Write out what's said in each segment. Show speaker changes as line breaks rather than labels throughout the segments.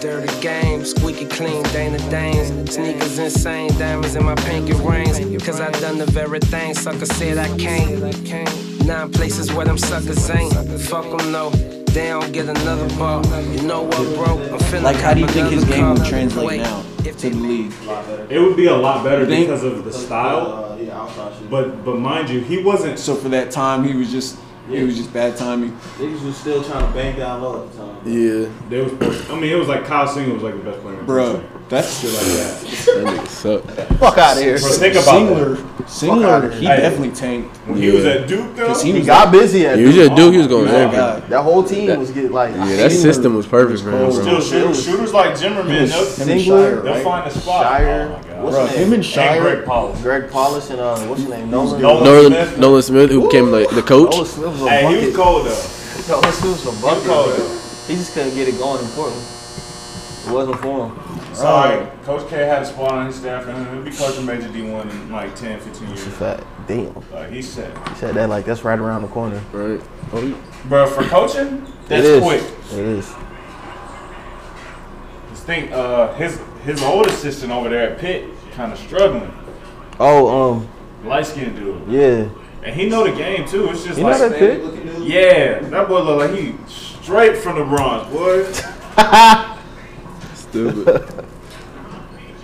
dirty game. Squeaky clean, Dana Danes. Sneakers insane, diamonds in my pinky rings. Cause I done the very thing, sucker said I can't. Nine places where them suckers ain't. Fuck them, no. They don't get another ball. You know what, bro? I'm finna
Like, how do you
have
think his
another
game would
cup.
translate
Wait,
now
if
to
they
the league?
It would be a lot better
You think?
because of the style.
Uh, yeah, outside shit.
But but mind you, he wasn't.
So for that time, he was just it was just bad timing.
niggas was still trying to bang down low at the time.
Yeah,
They was. I mean, it was like Kyle Singer was like the best player. in the
Bro,
country.
that's
shit like that.
that nigga sucked.
Fuck out of here.
Bro, think about
Singler.
outta
Singler,
here.
he
Hey.
definitely tanked.
When he was
Yeah.
at Duke, though,
Cause he
He
was
got busy at
He was
Duke.
at Duke. He was
Oh
going
my
everywhere.
God.
That whole team
That-
was getting like
Yeah, that
Singler
system was perfect for him,
was
still
bro.
shooters, shooters like Jimmer, man,
Him
they'll,
and
Singler,
Shire,
they'll
right?
find a spot. Oh
Shire.
my god.
What's
Bro,
his
him
name?
and
And Greg
Shire.
Paul.
Greg Paulus and uh, what's his name? Nolan.
Nolan.
Nolan,
Smith.
Nolan Smith, who became like the
Nolan
coach.
Smith was a
Hey, he was
bucket.
cold though.
Nolan Smith was a
He was cold
bucket.
though.
He just couldn't get it going in Portland. It wasn't for him.
Sorry, Coach K had a spot on his staff, and he'll be coaching Major D1 in like 10, 15 years.
Fact. Damn.
Like he said,
He said that like that's right around the corner.
Right. Oh,
bro, for coaching,
it
that's
is.
quick.
It is.
Just think, uh, his his old assistant over there at Pitt kind of struggling,
Oh, um,
light skinned dude,
yeah.
and he know the game too. It's just
You know
like,
that pick?
yeah, that boy look like he straight from the Bronx, boy.
stupid.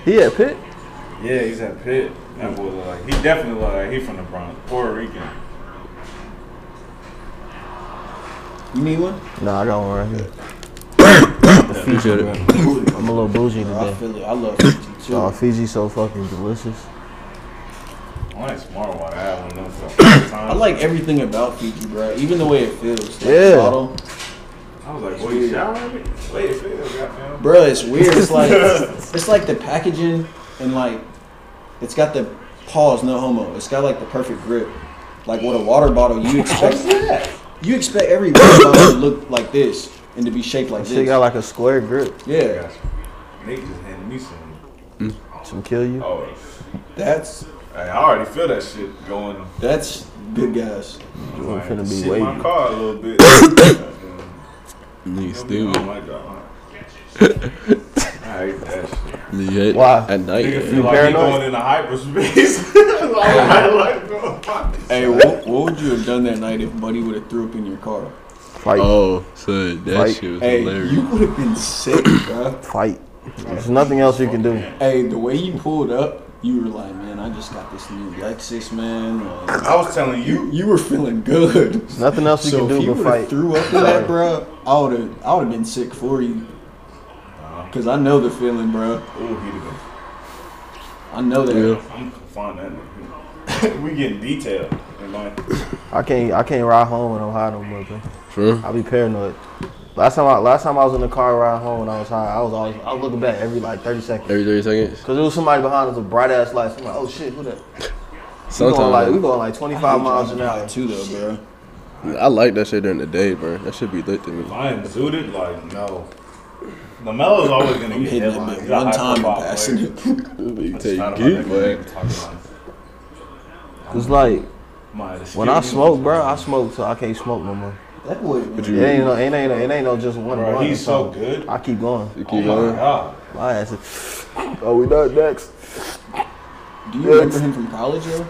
He had Pitt?
Yeah, he's at Pitt. That boy look like he definitely look like he from the Bronx, Puerto Rican.
You need one?
No, I got one right here.
Appreciate it.
I'm a little bougie
I
today.
feel it. I love it too.
Oh, Fiji so fucking delicious.
I like smart water. I had one of them for a long time.
I like everything about Fiji, bro. Even the way it feels. Like
Yeah.
subtle.
I was like, boy, you showering me? Wait, it feels goddamn.
bro. It's weird. It's like it's like the packaging and like it's got the paws, no homo. It's got like the perfect grip. Like what a water bottle you expect. You expect every water bottle to look like this and to be shaped like
She
this.
got like a square grip
yeah,
Nate just handed me some.
to kill you.
Oh,
that's
I already feel that shit going.
that's good guys.
I'm
I'm finna be
shit
waiting.
my car a little bit. Goddamn.
Nigga
Oh
stupid.
my god. I hate that shit.
Legit.
Why?
At night.
Nigga
yeah.
feel like he
paranoid?
going into hyperspace. All my life, bro.
Hey, what, what would you have done that night if Buddy would have threw up in your car?
Fight,
Oh, son, that
Like,
shit was
Hey,
hilarious.
you would have been sick, bro.
fight. There's nothing else you can do.
Hey, the way you pulled up, you were like, man, I just got this new Lexus, man. Like,
I was telling
You
you.
you were feeling good.
There's nothing else you
So if
can
you
do
would
but
have
fight.
threw up for that, bro, I would have I would have been sick for you. Cause I know the feeling, bro.
Ooh, he did.
I know that.
Yeah.
I'm confined that. We getting detailed. in my-
I can't. I can't ride home when I'm high no more. bro.
For real?
I be paranoid. Last time, I, last time I was in the car riding home when I was high, I was always I was looking back every like 30 seconds.
Every 30 seconds?
Cause there was somebody behind us with bright ass lights. I'm like, oh shit, who that? We going like we
Sometimes.
going like 25 miles an hour.
too, though, bro.
I like that shit during the day, bro. That should be lit to me.
If I am zooted, like, no. LaMelo's always going to
I'm
get
hitting that
headlines.
bit
He's a
one time and
high-profile
passing
player.
it.
You
It's
take
not about
geek,
that
boy.
nigga talking about
It's like
my-
when I smoke, bro. I smoke, so I can't smoke no more.
That boy, man.
It ain't no, ain't, ain't, it ain't no just one.
Bro,
blunt or
he's so
something.
good.
I keep going.
You
Oh
keep
my
going.
god.
My ass. Is, oh, we done next.
Do you remember him from college, yo?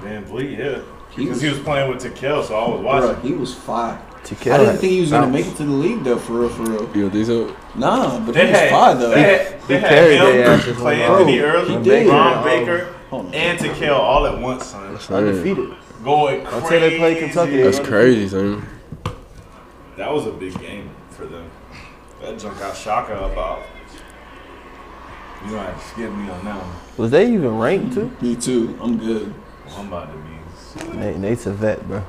Van Vliet, yeah.
He
Because
was-
he was playing with Takel, so I was
Bro,
watching.
he was fire.
To
I
kill.
didn't think he was gonna make it to the league though, for real, for real.
You don't think so?
Nah, but
They
he was
had,
fire though.
they had, they
he
had
carried their
him,
asses
Clay
on the
Anthony
road.
Early,
He did.
Ron
Yeah.
Baker,
Hold on.
and Takel all at once, son.
Undefeated.
Going crazy.
Until they play Kentucky, they
That's crazy, son.
That was a big game for them. That junk out Shaka about. You gonna have to skip me on that one.
Was they even ranked too?
Me too. I'm good.
I'm about to be.
Nate, Nate's a vet, bro.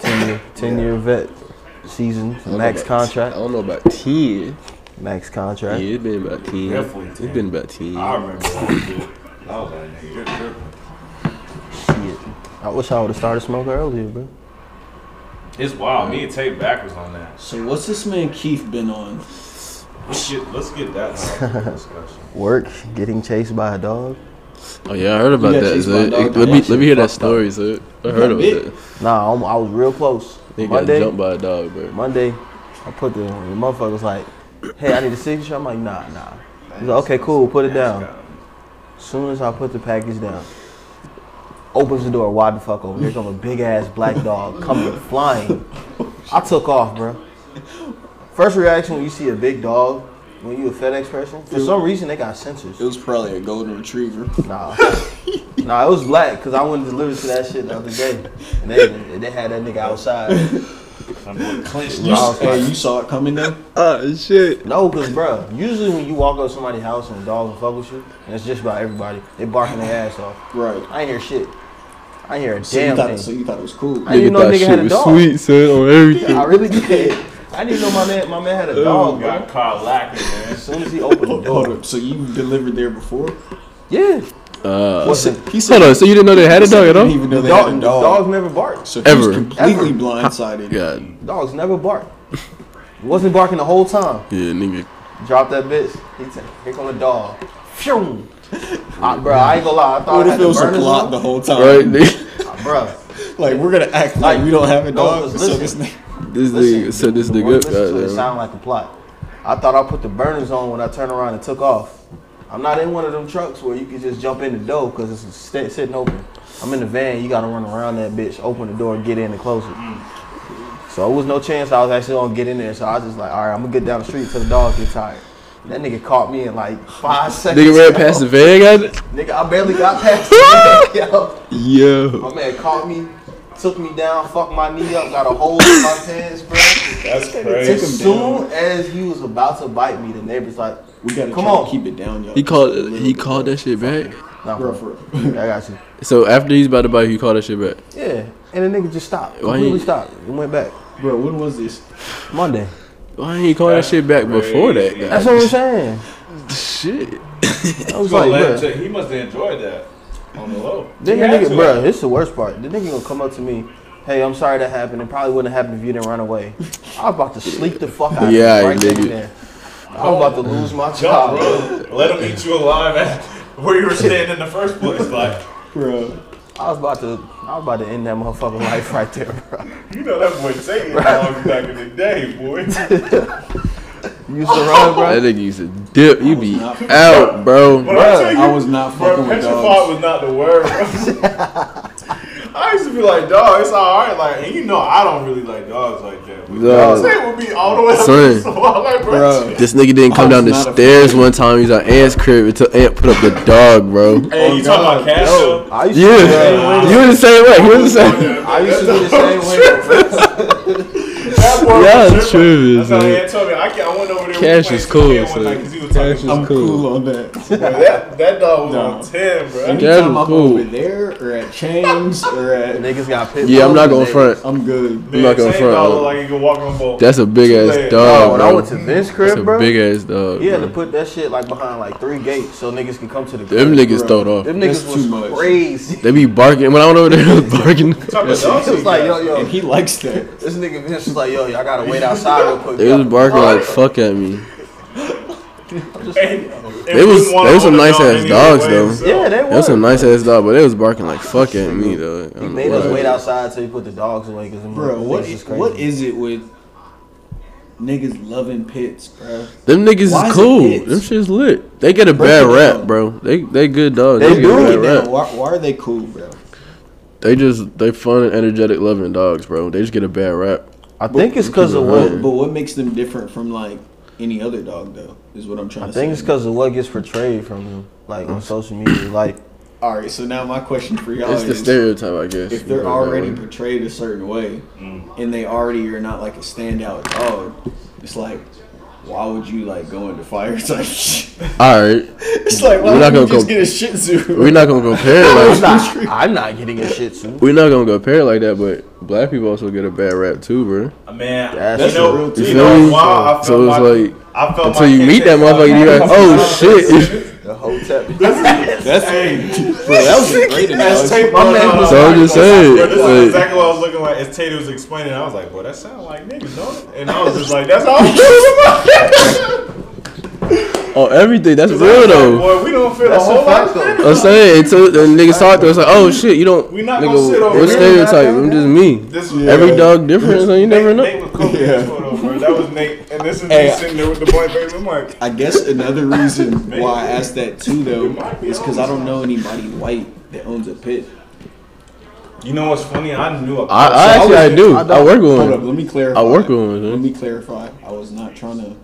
Ten year, ten year vet season, max
I
contract,
don't know about 10.
max
Oh. Yeah,
contract.
it's been about 10.
Definitely 10.
It's been about 10.
I remember that shit. I was like, nigga, you're tripping.
Shit. I wish I would have started smoking earlier, bro.
It's wild. Me and Tate backwards on that.
So what's this man Keith been on?
Let's get, let's get that out of the discussion.
Work, getting chased by a dog.
Oh, yeah, I heard about
Yeah,
that,
she's my
son.
dog.
Let me,
That
let me hear
shit
that
fucked
story, son. I
got
heard about
bit?
that.
Nah, I'm, I was real close.
They got
Monday,
jumped by a dog, bro.
Monday, I put the, the motherfuckers like, hey, I need a signature. I'm like, nah, nah. He's like, okay, cool, put it down. Soon as I put the package down, opens the door wide the fuck open. Here come a big ass black dog coming flying. I took off, bro. First reaction when you see a big dog, when you a FedEx person, for some reason they got sensors.
It was probably a golden retriever.
Nah, nah, it was black because I went to deliver to that shit the other day, and they, they had that nigga outside.
You, hey, you saw it coming though.
Ah, shit.
No, cause bro, usually when you walk up to somebody's house and dogs will fuck with you, and it's just about everybody, they barking their ass off.
Right.
I ain't hear shit. I ain't hear a
So you
damn
thought
thing.
so you thought it was cool.
I didn't know
thought
nigga had a
was
dog.
sweet, son, on everything.
I really did. I didn't know my man. My man had
Oh
a dog, bro.
Got caught lacking, man.
As soon as he opened the
Hold, hold
door,
up. So you delivered there before?
yeah.
Uh,
Wasn't
He
hold on, so you didn't know they had
he
a
said
dog
he
at
didn't
all?
even know
the
they
dog,
had a
the
dog.
dogs never bark.
So he
Ever.
was completely
Ever.
blindsided.
God,
Dogs never bark. Wasn't barking the whole time.
yeah, nigga.
Drop that bitch. He t- here come the dog. Phew. I, bro, I ain't gonna lie. I thought
What
I
if
had
it was
the
a
burners
plot
on.
the whole time?
Right, nigga.
Bro,
Like we're gonna act like,
Like,
we don't have a
no,
dog.
listen.
so this nigga,
This
listen,
nigga set this
the word
nigga up,
listen to it
goddamn.
sound like a plot. I thought I put the burners on when I turned around and took off. I'm not in one of them trucks where you can just jump in the door because it's sta- sitting open. I'm in the van. You gotta run around that bitch, open the door, get in and close it. So it was no chance I was actually gonna get in there. So I was just like, all right, I'm gonna get down the street till the dog get tired. That nigga caught me in like five seconds.
Nigga ran
yo.
past the van, god.
Nigga, I barely got past it. yo.
Yo.
My man caught me, took me down, fucked my knee up, got a hole in my pants, bro.
That's
Took
crazy.
him
As soon as he was about to bite me, the neighbor's like,
we gotta
Come
try
on.
to keep it down, y'all.
He called. He called that shit back.
nah,
Bro,
bro,
for real.
I got you.
So after he's about to bite, he called that shit back.
Yeah. And the nigga just stopped.
Why
Completely
ain't-
stopped. It went back.
Bro, when was this?
Monday.
Why ain't he call that
That's
shit back before that?
crazy.
That's what I'm saying.
God, shit.
I was
So
like,
let him
bruh.
check- he must have enjoyed that on the low.
Then
He
the
had
nigga,
to.
bruh, this is the worst part. The nigga gonna come up to me, hey, I'm sorry that happened. It probably wouldn't have happened if you didn't run away. I was about to sleep the fuck out of
Yeah,
him right then and
nigga.
there. I was about to lose my
Jump,
job.
bro. Let him eat you alive at where you were standing in the first place. Like,
Bro,
I was about to, I was about to end that motherfucking life right there, bro.
you know that boy Satan long back in the day, boy.
You used to run, bro.
That nigga used to dip. You be
not-
out,
But
bro.
I tell you,
I was not
bro,
fucking with
petrified
dogs.
was not the word. Bro. I used to be like, dog, it's all right. Like, and you know, I don't really like dogs like that. But
Dog.
dog Satan would be all the way up.
Son.
So I'm like, bro,
Bro.
This nigga didn't come
I was
down the
not
stairs
afraid.
one time. He's at Ant's crib until Ant put up the dog, bro.
Hey, Oh, you talking about cash? though?
I used to be the same
Yeah,
way.
you was the same way. He was the same.
I used to be the same way.
That boy
Yeah,
was
it's
tripping.
true,
That's how
man.
he had told me. I, can't- I went over there. we
Cash
played
is cool,
2K one
son.
night 'cause he was talking
Cash is
I'm
about-
cool.
cool. on that.
Bro, that, that dog was
No.
on 10, bro.
Anytime I'm
cool.
over there or at Chains or at,
Niggas got pit.
Yeah, I'm not
bulls
going
and
front.
I'm good.
I'm not gonna
Same
front,
dog
though.
look like he could walk on both.
That's a big
Too
ass
late.
they-
dog,
Bro, Oh, when I
bro.
went to Vince
That's
crib,
a
bro.
big ass dog.
he had to
bro.
put that shit like behind like three gates so niggas could come to the crib.
Them niggas
Bro.
throwed off.
Them
That's
niggas
too much.
was crazy.
They be barking. When I went over there, they was barking.
Talk about
It
dogs
was
he
like, yo,
got.
And
yo,
he likes that.
this nigga Vince was like, yo, y'all gotta wait outside real quick.
They was
y'all.
barking like fuck at me.
And- and
They was-
wouldn't wanna
they was
own
some
a
nice
dog
ass
anyway,
dogs, though.
so-
Yeah, they
That was
was.
a nice ass dog, but they was barking like fuck at me though. I
He
don't
made
know
us
why.
wait outside till he put the dogs away because
Bro, what
is
is,
crazy.
what is it with niggas loving pits, bro?
Them
Why
niggas
is
is
it
cool.
kids?
Them shit's lit. They get a
Break
bad
it
rap,
down.
bro. They they good dogs.
They do.
They, get a
Break it
bad
down.
rap.
Why, why are they cool, bro?
They just they fun and energetic loving dogs, bro. They just get a bad rap.
I think it's because of what.
But, but what makes them different from like any other dog, though, is what I'm trying
I
to say.
think it's because of what gets portrayed from him, like on social media. Like,
All right, so now my question for y'all
It's the
is:
stereotype, I guess.
Oh, if they're
That
already
way.
portrayed a certain way, and they already are not like a standout dog, it's like, why would you like go into fire type? shit?
all right,
it's like why
We're not
would you
gonna
just
go-
get a Shih Tzu?
we're not gonna compare it like
I'm not, I'm not getting a shit soon.
we're not gonna compare it like that. But black people also get a bad rap too, bro.
Man,
That's
you know,
real
you
too.
know
So-
why I felt
so it's
my-
like,
I felt
Until
Oh, my
you
kid
meet that
take off.
motherfucker, you're like, oh shit.
The hotel.
That's
Hey,
bro, that was a great
that's
analogy.
tape on, uh,
So I'm just saying,
Bro, this is
like,
exactly what I was looking like as Tater was explaining. I was like, boy, that sounds like niggas, don't it? And I was just like, that's how I feel.
on oh, everything. That's
Cause I was
real
like,
though.
Boy, we don't feel
That's
a whole
a
lot
fact
of
though.
I'm saying until the niggas talk to us like, oh shit, you don't.
We not
nigga,
gonna sit on
what
it.
stereotype? I'm just me.
This was
Every dog different, so you
Nate,
never know.
Nate was cool yeah. photo, bro. That was Nate, and this is
Hey,
me sitting there with the boy baby. I'm like,
I guess another reason why I asked that too though is because I don't know anybody white that owns a pit.
you know what's funny? I knew a
I, I
So I
actually I,
was-
do.
I
I, work with
Hold up,
one.
let me clarify.
I work with one,
Let
man.
me clarify. I was not trying to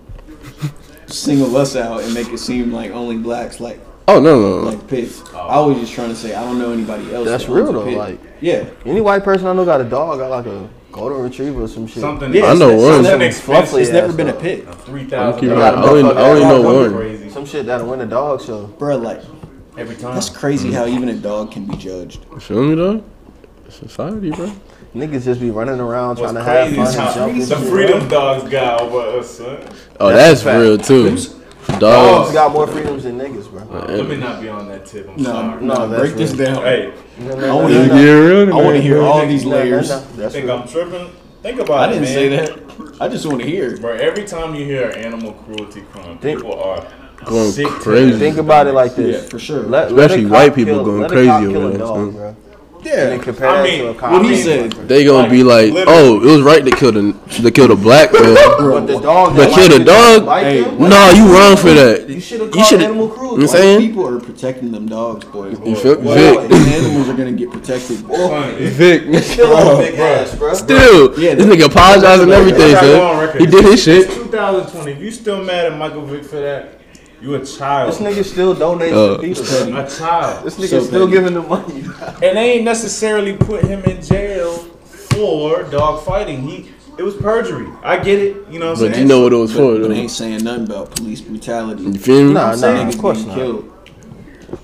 single us out and make it seem like only blacks like
Oh no, no, no.
like pits. I was just trying to say I don't know anybody else.
That's
that owns
real,
a
though,
pit.
like-
yeah,
Any white person I know got a dog, got like a golden retriever or some shit.
something.
yeah.
I
it's-
know
it's
one.
never-
Something
fluffy.
It's never
ass
been a
dog.
pit,
Three
I'm
thousand.
keeping it.
got
I
a
only,
motherfucker
I only
that
know
walk
one.
Crazy
Some shit that'll win a dog show.
bro. Like
every time.
that's crazy how even a dog can be judged.
Feel me though? Society, bro.
Niggas just be running around
What's
trying to have
crazy
fun
is
and
how
jump and
the
shit.
freedom dogs got over us, son.
Oh,
That's
that's,
a fact.
real too.
Dogs
Dogs.
got more freedoms than niggas, bro.
Let me not be on that tip. I'm
No,
sorry.
no,
that's
break this
real.
down.
Hey,
I want
You
to
get
hear.
real,
Oh. I want to
man.
hear all these
No, no, no,
layers.
That's
think
real.
I'm tripping? Think about
I
it,
didn't
man.
say that. I just want to hear.
Bro, every time you hear animal cruelty crime,
Think-
people are
Going
sick to
crazy.
their
Think about it like
Yeah,
this.
for sure.
Let- let
Especially
a
white
cop
people
kill-
going
let a
crazy
cop
over
kill a
that,
dog,
son.
bro. And then
yeah,
compare
I
that
mean,
to a cop.
what he
killing
said.
a-
They gonna be like,
Like,
oh, it was right to kill the to kill the black man.
But the dog.
But
that
kill the
white people
dog?
like
Hey,
him,
no, you wrong for that.
You should have
You
called
should.
animal
You
cruelty.
know what I'm
White
saying?
people are protecting them dogs, boy.
You feel
Well,
Vic,
the animals are gonna get protected.
Son, it-
Vic.
Kill
Bro,
a big ass, bro.
Oh, Still,
Yeah,
this
that-
nigga apologized and everything,
I gotta go on
son.
record.
He did his shit.
2020. If you still mad at Michael Vick for that, you a child.
This nigga still donates
Uh,
to people. bro.
a child.
This nigga
So
still
petty.
giving the money.
And they ain't necessarily put him in jail for dog fighting. He it was perjury. I get it. You know what I'm
But you
saying?
know what it was for,
But, but
though.
they ain't saying nothing about police brutality.
You feel me?
Nah,
Some
nah,
niggas
of course
getting
not.
killed.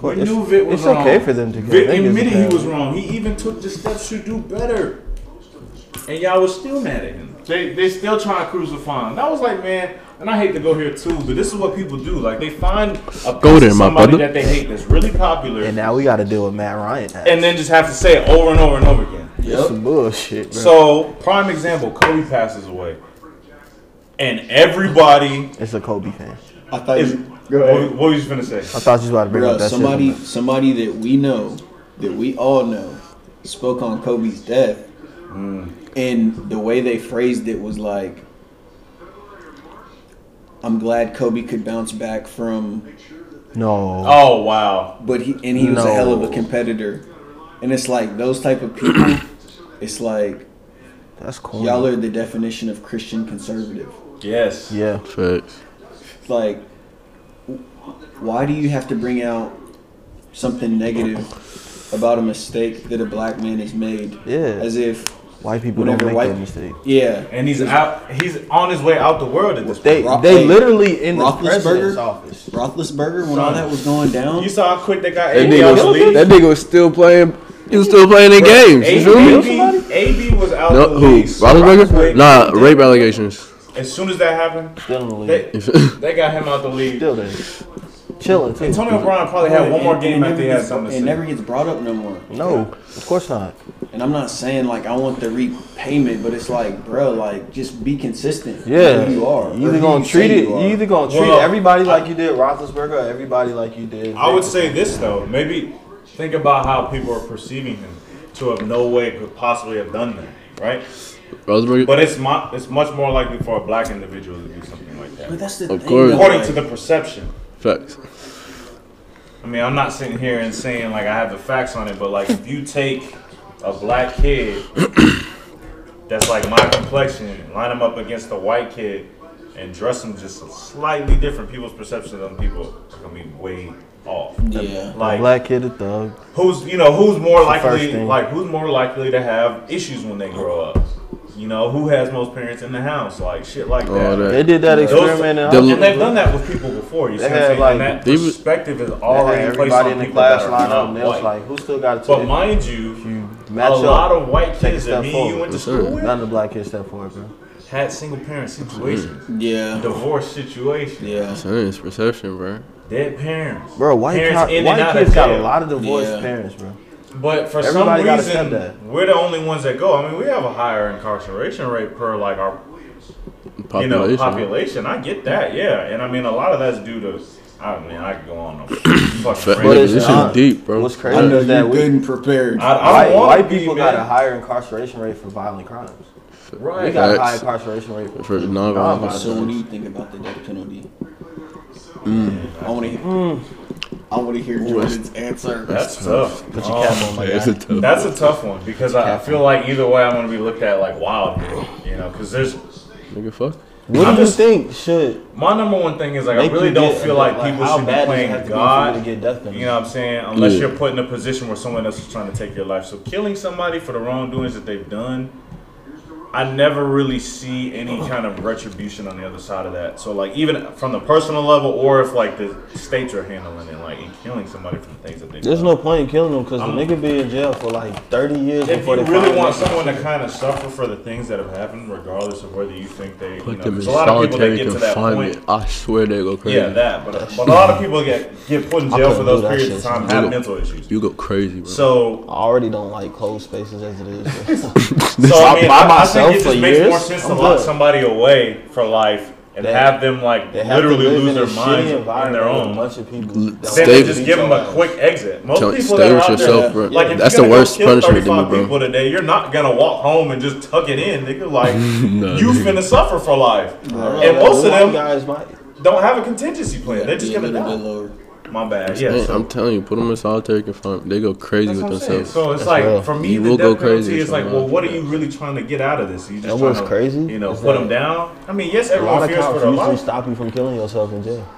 we
it's-
knew Vic was
it's
wrong.
okay for them to get-
Vic
they get
admitted
bad.
he was wrong. He even took the steps to do better. And y'all was still mad at him. They they still trying to crucify him. That was like, man, and I hate to go here too, but this is what people do. Like they find a
Go
piece
there,
of
my
somebody
brother.
that they hate that's really popular
And
and,
now we got to deal with Matt Ryan. Now.
then just have to say it over and over and over again.
That's some bullshit, bro.
So, prime example, Kobe passes away. And everybody
it's a Kobe fan.
I thought
is
you,
what, what was you finna say?
I thought you was about to bring
bro,
up that
somebody,
shit.
somebody that we know, that we all know, spoke on Kobe's death,
Mm.
and the way they phrased it was like, "I'm glad Kobe could bounce back from,
No.
Oh wow.
but he and he was a hell of a
No.
competitor," and it's like those type of people. it's like
That's cool.
y'all are the definition of Christian conservative.
Yes.
yeah.
Facts.
like why do you have to bring out something negative about a mistake that a black man has made
Yeah.
as if
White people
whenever
don't make
white
that mistake.
yeah
And he's out he's on his way out the world at this point.
They
Ro-
they
hey,
literally in the
Roethlisberger?
president's office.
Roethlisberger when all that was going down
You saw how quick they got
That
AB
nigga,
out the
was,
league.
that nigga was still playing. He was still playing their games. You feel me?
AB, AB was out
No,
the
who?
league. so
Roethlisberger?
quick-
Nah, rape allegations.
As soon as that happened,
Still in the league.
they they got him out the league.
still there. Chilling too.
Antonio Brown probably had one more game after he had something to
oh, it
say.
never gets brought up no more
No, of course not.
and i'm not saying like i want the repayment but it's like bro like just be consistent with
Yeah,
who you are
You
or
either
who
gonna
say
treat it.
you
You
are.
either gonna treat
Well,
everybody like you did Roethlisberger, or everybody like you did.
I would say this though. Maybe think about how people are perceiving him to have no way could possibly have done that, right?
Roethlisberger.
But it's mu it's much more likely for a black individual to do something like
but
that,
that's the
Of
thing,
course.
though,
according
like-
to the perception.
Facts.
I mean, I'm not sitting here and saying like I have the facts on it, but like if you take a black kid that's like my complexion, line him up against a white kid, and dress him just slightly different, people's perception of them people are gonna be way off.
yeah
Like
black kid a thug.
who's you know who's more
the first
likely
thing.
like who's more likely to have issues when they grow up? You know who has most parents in the house, like shit like
All
that.
that.
They did that
Those-
experiment. in
the-
Hollywood.
And they've done that with people before. You see
They
what I'm
had,
saying?
like,
and that
they was-
perspective is
They had
already placed
everybody
on
in the
people that
class
are
line up.
not
And they was
white.
like, who still got it?
But
today?
mind you,
match
a
up,
lot of white
take a
kids
step
that me and
forward.
you went to
For sure.
school with
None of the black kids step forward, bro.
had single parent situations,
yeah
divorce situations,
yeah
Son, it's perception, bro.
dead parents.
Bro, white,
parents
cop-
in and
white
out
kids
of
got a
jail.
lot of divorced
Yeah.
parents, bro.
But for
Everybody
some
gotta step that.
reason, we're the only ones that go. I mean, we have a higher incarceration rate per like our
Population.
you know, population. I get that, yeah. And I mean, a lot of that's due to. I mean, I could go on. the fucking
But
rant.
this shit
uh,
deep, bro.
What's
I
crazy
know
is that
you're
we,
good and prepared.
I, I
white,
don't want
white
to be,
people
man.
got a higher incarceration rate for violent crimes.
right.
We got a high
Facts.
incarceration rate.
Oh,
For non-violent.
Nah,
so what do you think about the death penalty? I want to hear.
Mm.
I want to hear Jordan's answer.
That's tough.
Put your cap
Um,
on, my
It's
guy.
a tough.
That's a tough one because I, I feel like either way I'm going to be looked at like wild, dude, you know, because there's
Nigga, fuck.
What
I'm
do you
just-
think should
my number one thing is like
make
I really
you
don't
get-
feel like, people
how
should
bad
be
does it
playing
have to be for
God.
you to get death penalty?
You know what I'm saying? Unless
Yeah.
you're put in a position where someone else is trying to take your life. So killing somebody for the wrongdoings that they've done, I never really see any kind of retribution on the other side of that. So like even from the personal level, or if like the states are handling it, like and killing somebody for the things that they've
There's
done.
no point in killing them because the
I'm-
nigga be in jail for like 30 years
Um, If you
before they
really
finally
want
make it.
someone to kind of suffer for the things that have happened, regardless of whether you think they, you
Put
know,
them in
there's a lot of people that
solitary
get to that
confinement.
point.
I swear they go crazy.
Yeah, that. But, but a lot of people get get put in
I
jail for
couldn't
those
do that
periods of
shit,
time
son.
have
Dude.
mental issues.
You go crazy, bro.
So,
I already don't like closed spaces as it is.
so I
I'm
mean,
by
I, I
myself
think it
for
just makes more
years,
sense to
I'm
lock
good.
somebody away for life and
They-
have them like
They have to
literally
live
lose
in
their
a shitty
minds on their
environment with A
own.
bunch of people.
L-
that
Then
Stay-
they
don't
just
need
give them
your
a
ass.
quick exit. Most
Tell-
people
stay
that are
with
out
yourself,
there,
bro.
like if
That's
you're gonna
the
go
worst
kill
punishment to me,
35
bro.
people today, you're not gonna walk home and just tuck it in, nigga. Like
Nah,
you
nigga.
finna suffer for life.
Yeah,
And most
the
of
white
them
guys might.
don't have a contingency plan. They're just
Be a
gonna
little bit
die.
lower.
My bad.
Man,
Yeah. so-
I'm telling you, put them in solitary confinement. They go crazy
That's
with
what I'm saying.
themselves.
So it's
That's
like
real.
for me,
You
the
will go
death penalty
crazy
is
if
like,
someone
well,
else
what are
does
you really trying to get out of this? You just
And
trying
what's
to,
crazy
you know,
is
put
that
them down. I mean, yes,
A lot
everyone
of
fears for
cops
their
usually
life.
stop you from killing yourself in jail.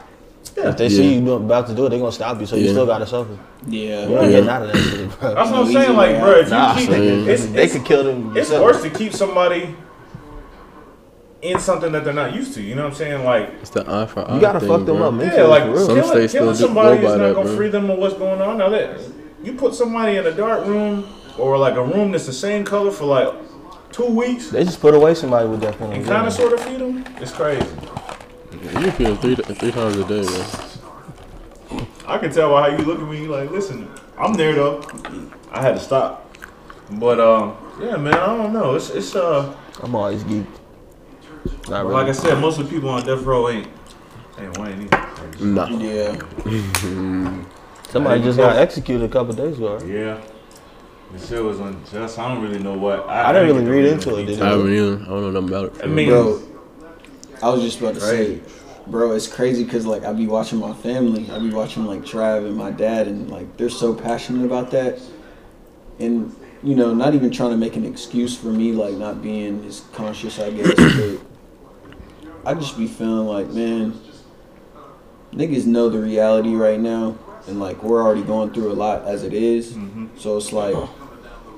Yeah.
If they see you about to do it, they're gonna stop you. So you
Yeah.
still gotta suffer.
Yeah.
You're not
Yeah.
getting out of that shit, bro.
That's what I'm
Easy
saying. Like,
way
bro,
out.
if
Nah,
you keep,
son.
it's,
they
it's,
could kill them.
it's worse to keep somebody in something that they're not used to. You know what I'm saying? Like,
It's the eye for eye
You gotta
thing,
fuck them
bro.
up, man.
yeah, like
for real.
Some
killing,
states still
killing
do- go
somebody is
by
not
that,
gonna
bro.
free them of what's going on. Now that you put somebody in a dark room or like a room that's the same color for like two weeks
They just put away somebody with that penalty.
and kind
yeah.
of sort of feed them, it's crazy.
You feel three three times a day, man.
I can tell by how you look at me. Like, listen, I'm there though. I had to stop. But um, yeah, man, I don't know. It's it's uh,
I'm always geeked. Not
like I
really.
said, most of the people on death row ain't ain't white either.
Nah.
Yeah.
Somebody just got executed a couple days ago. right?
Yeah, the shit was unjust. I don't really know what.
I didn't really
get to
read into it,
details.
did
I
I?
haven't either. I don't know nothing about it.
I mean,
Bro, I was just about to
Crazy.
say, bro, it's crazy because like I be watching my family, I be watching like Trav and my dad, and like they're so passionate about that, and you know, not even trying to make an excuse for me like not being as conscious, I guess, but I just be feeling like, man, niggas know the reality right now, and like we're already going through a lot as it is. so it's like.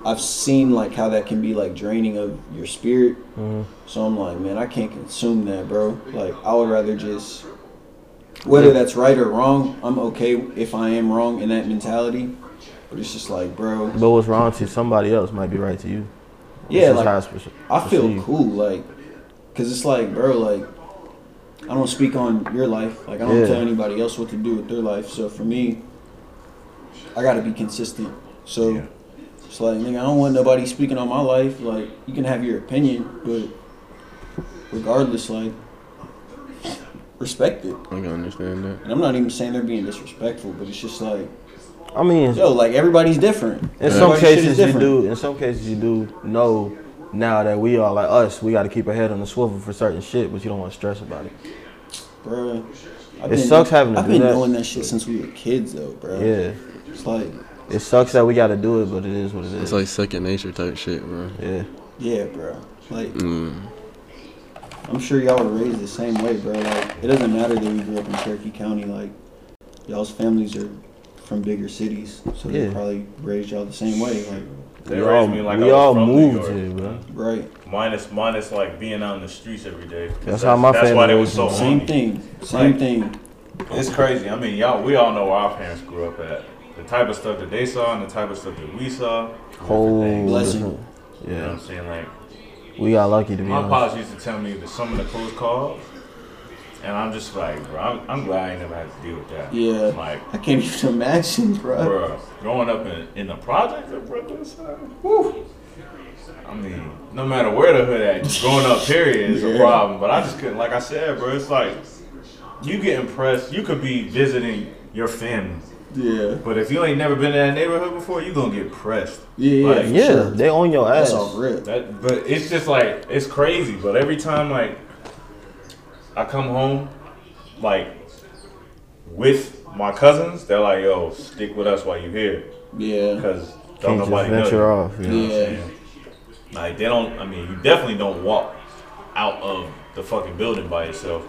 I've seen like how that can be like draining of your spirit.
Mm-hmm.
So I'm like, man, I can't consume that, bro. Like, I would rather just, whether that's right or wrong, I'm okay if I am wrong in that mentality. But it's just like, bro,
But what's wrong to somebody else might be right to you.
yeah,
This is how
like
it's perce-
I feel
perceived.
cool, like, cause it's like, bro, like, I don't speak on your life, like, I don't
Yeah.
tell anybody else what to do with their life. So for me, I gotta be consistent. So
Yeah.
it's like, nigga, I don't want nobody speaking on my life. Like, you can have your opinion, but regardless, like, respect it.
I can understand that.
And I'm not even saying they're being disrespectful, but it's just like,
I mean,
yo, like everybody's different.
in some
Everybody's shit is
cases you
different.
do. In some cases you do know now that we are like us. We got to keep our head on the swivel for certain shit, but you don't want to stress about it.
Bruh, I've
It sucks having to
I've
do
been
that.
doing that shit since we were kids, though, bro.
Yeah,
It's like,
it sucks that we got to do it, but it is what it is.
It's like second nature type shit, bro.
yeah,
yeah, bro. Like,
Mm.
I'm sure y'all were raised the same way, bro. Like, it doesn't matter that we grew up in Cherokee County. Like, y'all's families are from bigger cities, so they
Yeah.
probably raised y'all the same way. Like,
they
we all,
raised me like I
we
was
all
from New
moved
York.
here, bro.
right?
Minus minus like being out in the streets every day. 'Cause
That's how my
That's why
family
they was so
was.
Same
horny.
thing. Same
Right.
thing.
It's crazy. I mean, y'all, we all know where our parents grew up at. The type of stuff that they saw and the type of stuff that we saw.
Whole
Blessing.
different-
You know what
Yeah,
I'm saying? Like,
we got lucky to be
my
honest.
pops used to tell me that some of the close calls, and I'm just like, bro, I'm, I'm glad I ain't never had to deal with that.
Yeah.
Like,
I can't even imagine, bro.
bro, growing up in, in the projects of Brooklyn, son, whew, I mean, no matter where the hood at, growing up period is a problem. But I just couldn't, like I said, bro. It's like you get impressed. You could be visiting your family,
Yeah.
but if you ain't never been in that neighborhood before, you gonna get pressed.
Yeah,
Like,
yeah.
Yeah,
Sure.
they on your ass.
That's all rip.
That, but it's just like it's crazy. But every time like I come home, like with my cousins, they're like, "Yo, stick with us while you here,"
Yeah.
because don't
Can't just
nobody know.
venture
you.
off. You know?
Yeah.
Like they don't. I mean, you definitely don't walk out of the fucking building by yourself.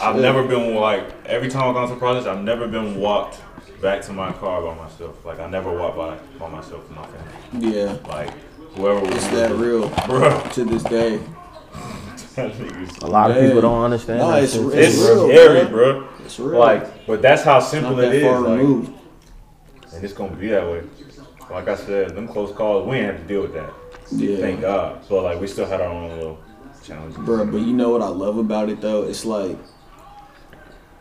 I've
Shit.
never been like every time I've gone to projects, I've never been walked back to my car by myself. Like I never walk by by myself with my family.
Yeah.
Like whoever was
It's that real
bro.
to this day.
That nigga's-
A lot of
Yeah.
people don't understand.
No,
that
it's
shit.
real.
It's
real,
scary,
bruh.
bro.
It's real.
Like, but that's how
not
simple
that
it is.
far
like,
removed.
and it's gonna be that way. Like I said, them close calls, we ain't have to deal with that. Thank
Yeah.
God. But like, we still had our own little challenges.
Bruh, but you know what I love about it though? It's like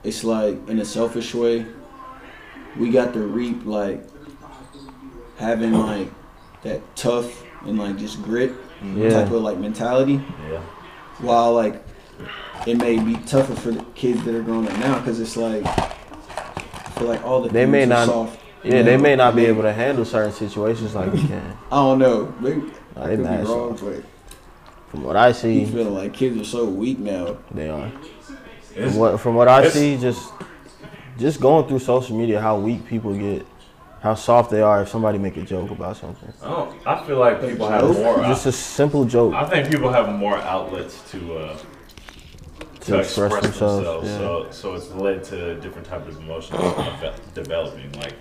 it's like in a selfish way, we got to reap like having like that tough and like just grit type
Yeah.
of like mentality.
Yeah.
while like it may be tougher for the kids that are growing up now because it's like for like all the
They may
parents are
not-
soft,
Yeah,
you
they
know?
may not be able to handle certain situations like we can.
I don't know. Maybe
Nah,
I
they
could be
mad as
wrong, but
From what I
you
see,
feeling like kids are so weak now.
they are.
It's,
From what, from what I
it's-
see, just just going through social media, how weak people get, how soft they are if somebody make a joke about something.
I, don't, I feel like people have
Nope.
more. I,
Just a simple joke
I think people have more outlets to uh,
to express themselves. yeah.
So, so it's led to different type of emotional devel- developing. Like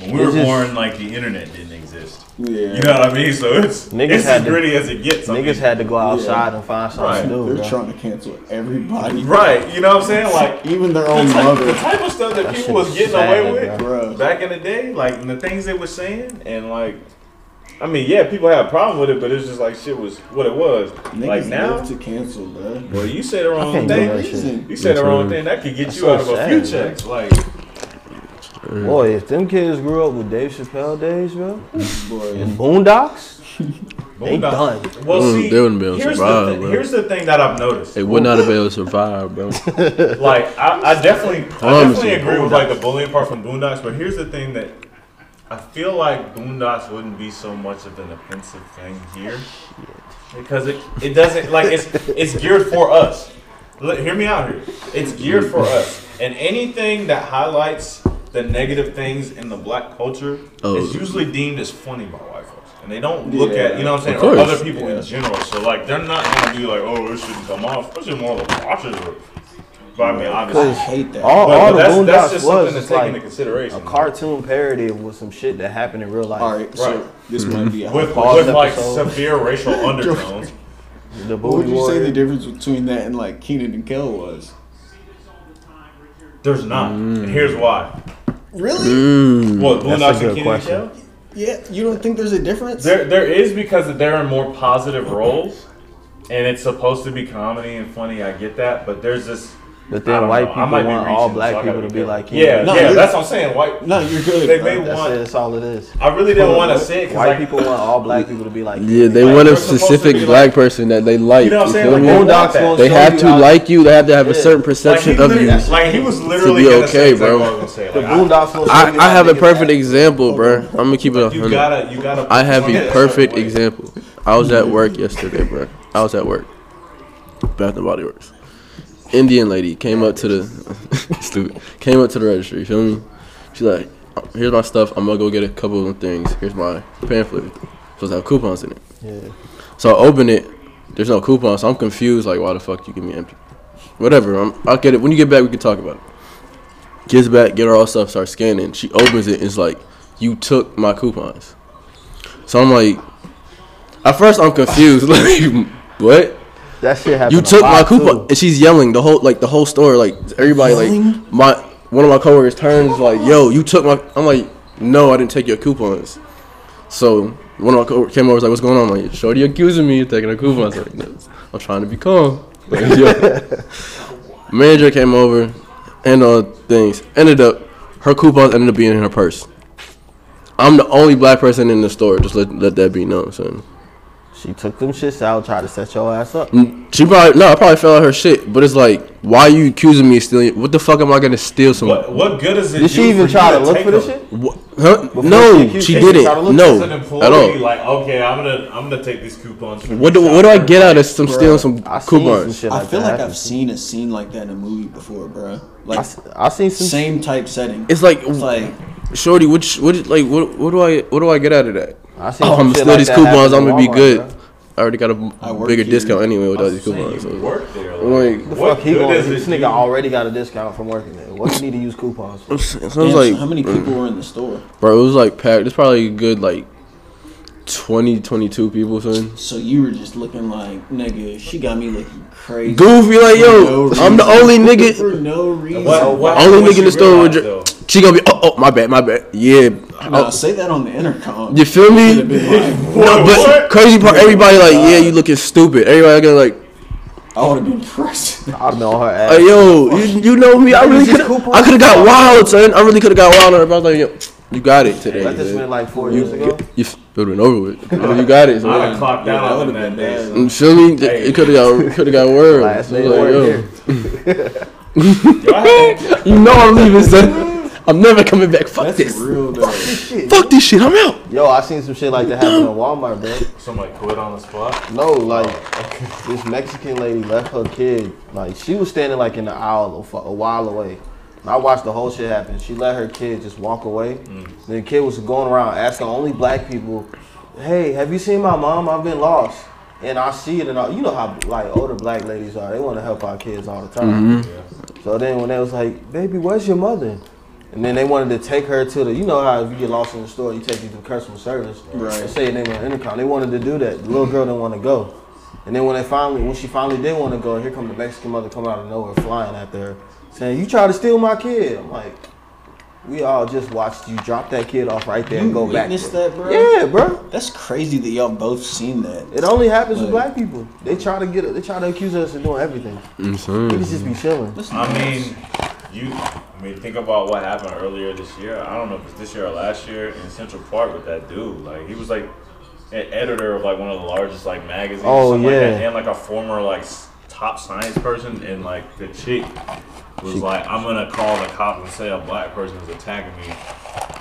when we
It's
were
just-
born, like the internet didn't exist.
Yeah,
You know what I mean? So it's
Niggas
it's
had
as
to-
gritty as it gets. I mean,
Niggas had to go outside and find something to do.
they're
bro.
trying to cancel everybody,
right. You know what I'm saying? Like
even their own
the
mother,
type of stuff that,
shit
people was
was
getting
sad,
away with
bro.
back in the day, like and the things they were saying, and like, I mean, yeah, people had a problem with it, but it's just like shit was what it was.
Niggas
like now,
live to cancel, bro.
well, you say the wrong
can't do that
thing.
shit.
Reason.
You say the wrong
Literally.
thing that could get
That's
you
so
out of a
sad,
few
bro.
checks. Like,
Boy, if them kids grew up with Dave Chappelle days, bro,
Boy,
and Boondocks, they
boom,
done.
Well,
Mm,
see,
they wouldn't be able to
here's,
survive,
the thi-
bro.
here's the thing that I've noticed.
They would not have been able to survive, bro.
like I, I definitely I
Promise
definitely
you,
agree with like the bullying part from Boondocks, but here's the thing that I feel like Boondocks wouldn't be so much of an offensive thing here because it it doesn't like it's it's geared for us. Look, hear me out here. It's geared for us, and anything that highlights the negative things in the black culture
Oh.
is usually deemed as funny by white folks, and they don't look at you know what I'm saying
Of
or
course.
other people in general. So like they're not gonna be like, oh, this shouldn't come off. This is more of a watches. But I mean,
I
obviously,
hate that.
All,
but,
all
but
the
that's,
Boondocks
that's just something
was
to
was
take into
like
consideration.
a cartoon parody with some shit that happened in real life.
all right, so
Right.
this might be a
with,
Pause
with like
episode.
severe racial undertones.
The
What would
Booty
you say the
Warrior.
difference between that and like Keenan and Kel was?
There's not,
Mm.
and here's why.
Really?
What Boondocks
good
and Keenan and
question.
Kel?
Yeah, you don't think there's a difference?
There, there is because they're in more positive roles, and it's supposed to be comedy and funny. I get that, but there's this. I
But then
don't
white
know, I
people
might be
want
reaching,
all
so I
black
gotta
people to be
careful.
like,
yeah,
No,
yeah.
you're-
That's what I'm saying. White.
No, you're good.
They may
That's,
want.
it, that's all it is.
I really didn't want to say it. 'cause,
White
like,
people want all black people to be like,
Yeah, they
Like,
want a
we're supposed to
specific
be like-
black person that they like.
You know what I'm saying?
feel
Like,
me?
they want
Boondocks
that.
won't
They
show
have
you
to
how-
like you. They have to have a
Yeah.
certain
Like he,
perception of you.
literally, like he was literally
be
gonna say
okay,
exactly
bro.
what I was gonna say.
The
Like, I-
Boondocks will show
I,
you
I
how
have a
niggas
perfect
act.
example, bro. I'm gonna keep it a
You
hundred.
gotta, you gotta.
I have
put it
a
a
perfect
certain way.
example. I was at work yesterday, bro. I was at work. Bath and Body Works. Indian lady came up to the stupid came up to the registry. Feel me? She's like, "Here's my stuff. I'm gonna go get a couple of things. Here's my pamphlet. Supposed to have coupons in it."
Yeah.
So I open it. There's no coupon, so I'm confused. Like, why the fuck you give me empty? Whatever. i I'll get it when you get back. We can talk about it. Gets back, get her all stuff, start scanning. She opens it. It's like you took my coupons. So I'm like, at first I'm confused. like, what?
That shit happened.
You
a
took my
lot,
coupon?
too.
And she's yelling the whole like the whole store. Like everybody
Yelling?
like my one of my coworkers turns like, yo, you took my. I'm like, no, I didn't take your coupons. So one of my coworkers came over was like, what's going on? I'm like, Shorty accusing me of taking her coupons. I'm like, no, I'm trying to be calm. Like, yo. Manager came over, and all things ended up her coupons ended up being in her purse. I'm the only black person in the store. Just let let that be known, son.
She took them shits out, tried to set your ass up.
Mm, She probably no, I probably fell out her shit, but it's like, why you accusing me of stealing? What the fuck am I gonna steal? Some?
What what good is it? do
Did she even
for
try
you
to look
take
for this
them?
shit?
What? Huh?
Before she
No,
accused
she
you,
did
she
it.
tried to look
No,
As an
at
employee,
all.
like okay, I'm gonna I'm gonna take these coupons. from
What do
these
what do I
shoppers.
get out of some stealing some
I seen some
coupons?
shit like
I feel
that
like
happen.
I've seen a scene like that in a movie before, bro.
I
Like
s- I seen some.
same type setting.
It's like,
It's like
shorty, what sh- what is- like what what do I what do I get out of that?
I seen
Oh,
some
I'm gonna
shit
steal
like
these
that
coupons.
happen
I'm
in
gonna be
Walmart,
good.
bruh.
I already got a
I work
bigger
here.
discount anyway with all these
Saying
coupons.
you
so-
work there.
Like,
The
what
fuck he
good
going?
is it
This
to
nigga
you?
already got a discount from working there. What you need to use coupons for?
so I was
damn,
like,
how many people were in the store?
bro, it was like packed. It's probably a good like 20, 22 people. Son.
So you were just looking like nigga. She got me looking crazy.
Goofy, like
For
yo,
no
I'm
reason.
the only nigga.
for no reason.
What, what
Only
what
nigga in
you
the store with
realize,
dr-
though?
She gonna be, oh, oh, my bad, my bad. Yeah,
Nah,
oh,
say that on the intercom.
you feel me?
Should've been like,
No, but
What?
crazy part, everybody like, yeah, you looking stupid. Everybody gonna like,
I would have been pressed.
I know her ass.
hey, Oh, yo, you, you know me. I really could, I could have got wild, son. I really could have got wild on her. But I was like, yo, you got it today.
Like this
man.
been like four years ago.
You f- it would've been over with. You know, you got it.
I'd
son.
have clocked
Yeah, that
out on
would've been
that day.
bad.
You feel me?
Hey.
It could have got, could have got worse.
Last
I was
day
like,
like,
yo.
here.
Y'all had-
You know I'm leaving, son. I'm never coming back. Fuck
That's
this.
real though.
Fuck this shit. I'm out.
Yo, I seen some shit like that happen in Walmart, bro.
Somebody quit on the spot.
No, like this Mexican lady left her kid. Like she was standing like in the aisle a, fu- a while away. And I watched the whole shit happen. She let her kid just walk away. And the kid was going around asking only black people, "Hey, have you seen my mom? I've been lost." And I see it, and I, you know how like older black ladies are. They want to help our kids all the time. So then when they was like, "Baby, where's your mother?" And then they wanted to take her to the, you know how if you get lost in the store, you take you to customer service.
Right.
And say your name on the intercom. They wanted to do that. The little girl didn't want to go. And then when they finally, when she finally did want to go, here come the Mexican mother coming out of nowhere, flying after her, saying, "You try to steal my kid." I'm like, "We all just watched you drop that kid off right there
You
and go back."
witnessed
bro."
that, bro?
Yeah, bro.
That's crazy that y'all both seen that.
It only happens
Like-
with black people. They try to get, they try to accuse us of doing everything. Niggas just be chilling.
I mean, you. I mean, think about what happened earlier this year. I don't know if it's this year or last year in Central Park with that dude. Like he was like an editor of like one of the largest like magazines. or
Oh,
something like that,
yeah.
and like a former like s- top science person, and like the chick was like, "I'm gonna call the cops and say a black person is attacking me."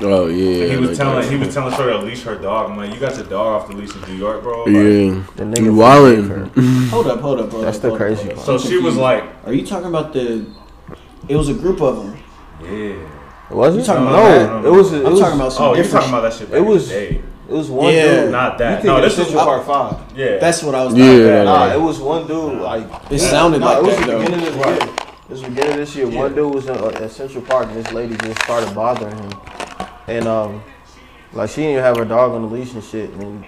Oh yeah.
he was
like,
telling he was telling her to leash her dog. I'm like, "You got your dog off the leash in New York, bro." Like,
Yeah.
The
You
nigga from
wildin'.
Denver.
Hold up, hold up, hold
That's
up,
the
hold up,
crazy
hold up.
part.
So she was like,
Are you talking about the? It was a group of them.
"Yeah."
Was
You
it?
talking
no,
about
that?
it was. It
I'm
was,
talking about some
Oh, you're
different.
talking
shit.
about that shit. Back
It was-
In the day.
It was one
Yeah.
dude.
Not
You
that.
think
No,
of
this is
Central Park Five.
yeah.
That's what I was.
Yeah.
Yeah.
Nah, it was one dude. Like
It sounded
nah,
like
it was
that
the
though.
beginning of this year. It was the beginning of this year. One dude was in, uh, at Central Park, and this lady just started bothering him, and um, like she didn't even have her dog on the leash and shit, and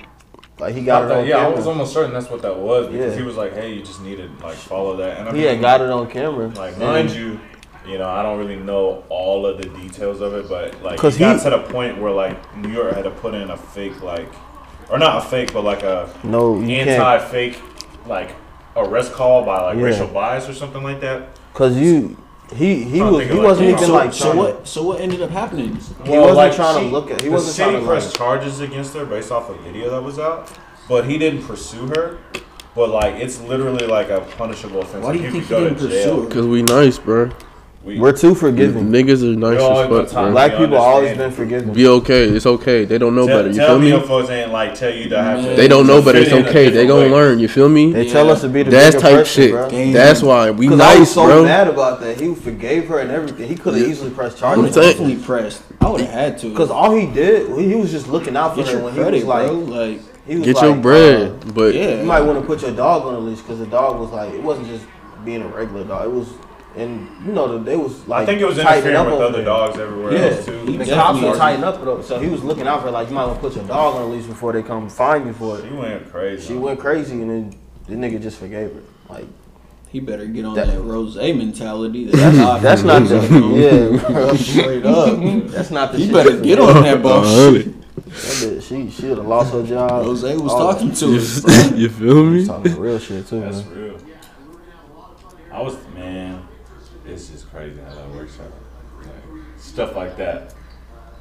like he got
I
it
thought-
on
yeah, I was
camera.
almost certain that's what that was because
Yeah.
he was like, "Hey, you just need to like follow that." And I
He had got it on camera.
Like,
and-
mind you, you know, I don't really know all of the details of it, but like,
'Cause
it got
he-
to the point where like New York had to put in a fake like, or not a fake, but like a
no, you can't,
anti-fake like arrest call by like
Yeah.
racial bias or something like that.
cause you he he
I'm
was he
thinking
wasn't
like,
even
So,
like
so
trying to-
what? So what ended up happening?
He wasn't trying to look at- he
the
wasn't
city
trying to,
pressed
like-
charges against her based off a video that was out, but he didn't pursue her. But like, it's literally like a punishable offense.
Why do
Like,
you think
could
he didn't
go to jail.
pursue her?
Cause we nice, bro.
We-
We're too forgiving.
Niggas are nice
Yo,
as fuck,
it's my
bro.
time.
Black people always been
understand.
forgiving.
Be okay. It's okay. They don't know
Tell,
better. You
tell
feel
me your
me?
folks ain't like tell you to have to.
They don't know
to
better. It's
fit in a
okay. They
different
gonna
way.
learn. You feel me?
They tell
Yeah.
us to be the
That's
bigger
type
person,
shit.
bro.
Damn.
That's why we
Cause
nice,
I was so
bro.
mad about that. He forgave her and everything. He could have easily pressed
I
charges.
would have
saying-
definitely pressed. I would have had to.
Cause all he did, he was just looking out for
get
her
your
when he was
credit,
like,
bro. Like,
he was
Get
like,
your bread,
uh,
but
yeah.
you might want to put your dog on the leash because the dog was like, it wasn't just being a regular dog. It was, and you know, the- they was like,
I think it was
tightening
interfering
up
with
on
other
her.
dogs everywhere
Yeah,
else
the
too.
He-
cops
definitely-
were tightening up for them, so he was looking out for her, like, you might want to put your dog on the leash before they come find you for
She
it.
went crazy.
She went crazy, and then the nigga just forgave her. Like,
he better get on
That-
that, rose mentality. That
that's, that's not the, yeah, bro.
straight up.
that's not the.
You
shit
better
for
get
me.
on that bullshit.
That bitch, She she would have lost her job.
Rose was
Oh.
All
talking
that.
to us.
you feel
She was
me?
talking real shit too,
That's
man.
real. I was man. It's just crazy how that works out. Like, stuff like that.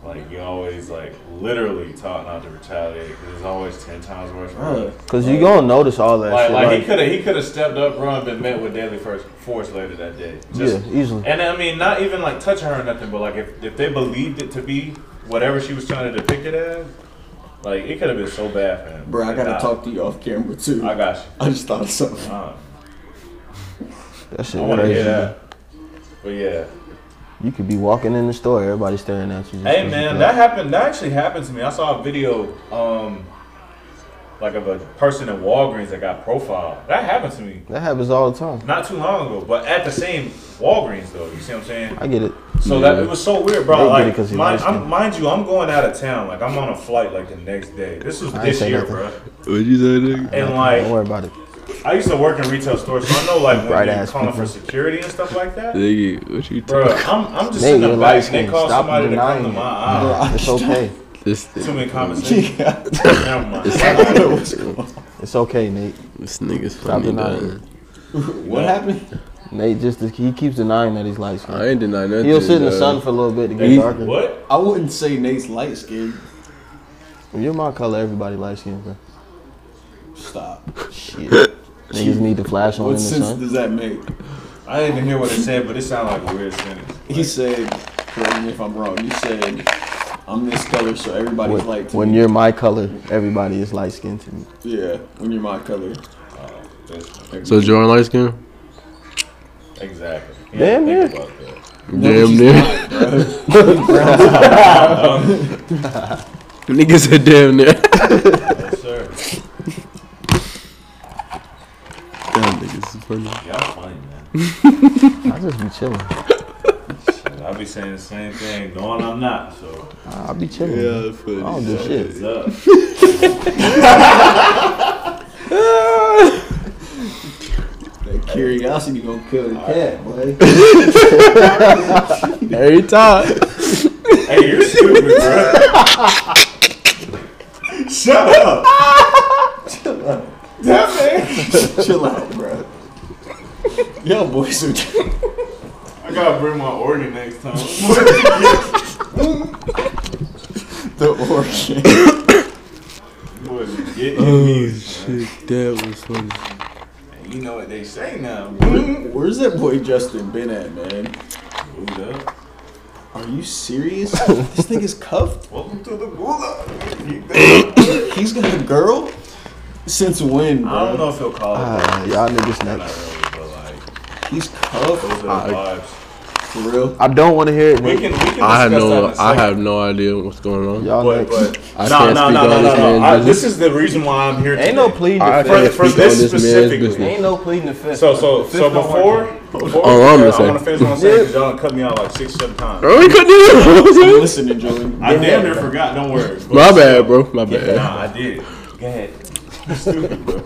Like you always like literally taught not to retaliate because it's always ten times worse.
Bruh.
Cause you gonna notice all that
Like,
shit.
like
like-
he could have he could have stepped up, run, been met with deadly first force later that day. Just,
yeah, easily.
And I mean, not even like touching her or nothing, but like if, if they believed it to be whatever she was trying to depict it as, like it could have been so bad for him.
Bro, I
Like,
gotta
nah,
talk to you off camera too.
I got you.
I just thought of something.
Uh,
That shit
I want to
crazy.
hear that. But yeah,
You could be walking in the store, everybody staring at you. just
hey
'cause
man, that
you black.
happened. That actually happened to me. I saw a video, um, like of a person in Walgreens that got profiled. That happened to me
that happens all the time.
not too long ago, but at the same Walgreens though. You see what I'm saying?
I get it.
So
Yeah.
that it was so weird,
They
bro.
get it
Like,
'cause he
mind,
light-skinned.
I'm, mind you, I'm going out of town. Like, I'm on a flight like the next day. This was
I ain't
this
say
year,
nothing.
bro.
What you say, nigga?
And
Don't
like,
worry about it.
I used to work in retail stores, so I know like when
Bright
you're
ass
calling
people.
for security and stuff like that.
Nigga, what you
Bro,
talking?
I'm, I'm just
Nigga,
in the
you're
back and they
light-skinned.
call
Stop
somebody to come to
denying
my
it.
eye.
It's okay.
This
Too
thing.
many conversations. Never mind.
This
It's okay, Nate.
nigga's
Stop
funny,
denying
dog.
it.
What happened?
Nate just he keeps denying that he's light
I
skinned.
ain't denying nothing.
He'll sit in the
dog.
sun for a little bit to get
He-
darker.
What?
I wouldn't say Nate's light skinned.
You're my color, everybody light skinned, bro.
Stop.
Shit. Niggas need to flash on in
What
the
sense
sun.
does that make?
I didn't even hear what it said, but it sounded like a weird sentence.
He said, correct me if I'm wrong, you said, I'm this color, so everybody's
When,
like to
when
me.
you're my color, everybody is light skinned to me.
Yeah, when you're my color.
That's-
So Jordan light skin?
Exactly. You
Damn
didn't think
near.
about that.
Damn near. Nigga said damn near.
Yes, sir.
Damn niggas is funny.
Y'all funny, man.
I just be chilling.
I be saying the same thing, knowing I'm not. So
I I be chilling. I don't do shit.
it's up.
That curiosity gonna kill the cat, boy.
Every time.
hey, you're stupid, bro. Shut up.
Chill out, bro. Yo, boys are
I gotta bring my organ next time.
the organ.
Boys, get oh,
Shit, that was funny.
You know what they say now. Moved
Where's that boy Justin been at, man?
up.
Are you serious? this thing is cuffed?
Welcome to the gulag. You think-
He's got a girl? Since when, bro?
I don't know if he'll
Uh,
call it.
Ah, y'all niggas
that. Not
nuts.
really, but like
He's cuffed
those are the vibes.
for real.
I don't want to hear it,
We
nigga.
can we can discuss
I have
that in
no,
a
I
second.
have no idea what's going on.
Y'all
But,
niggas.
but
I
no,
can't
no,
speak
no,
on
no, no,
this
no.
man's
I-
business.
This is the reason why I'm here. Today.
Ain't no pleading
I
the
For-
can't
fifth.
for
speak
this
on this man's
specifically.
business.
Ain't no pleading the fifth.
So so so
Fifth don't
before
work.
before
All Oh, I'm gonna
I
say.
want to finish what I'm saying because y'all done cut me out like six seven times.
Bro, we couldn't do it.
Listen, Joey.
I damn near forgot. Don't worry.
My bad, bro. My bad.
Nah, I did. Go ahead. Stupid, bro.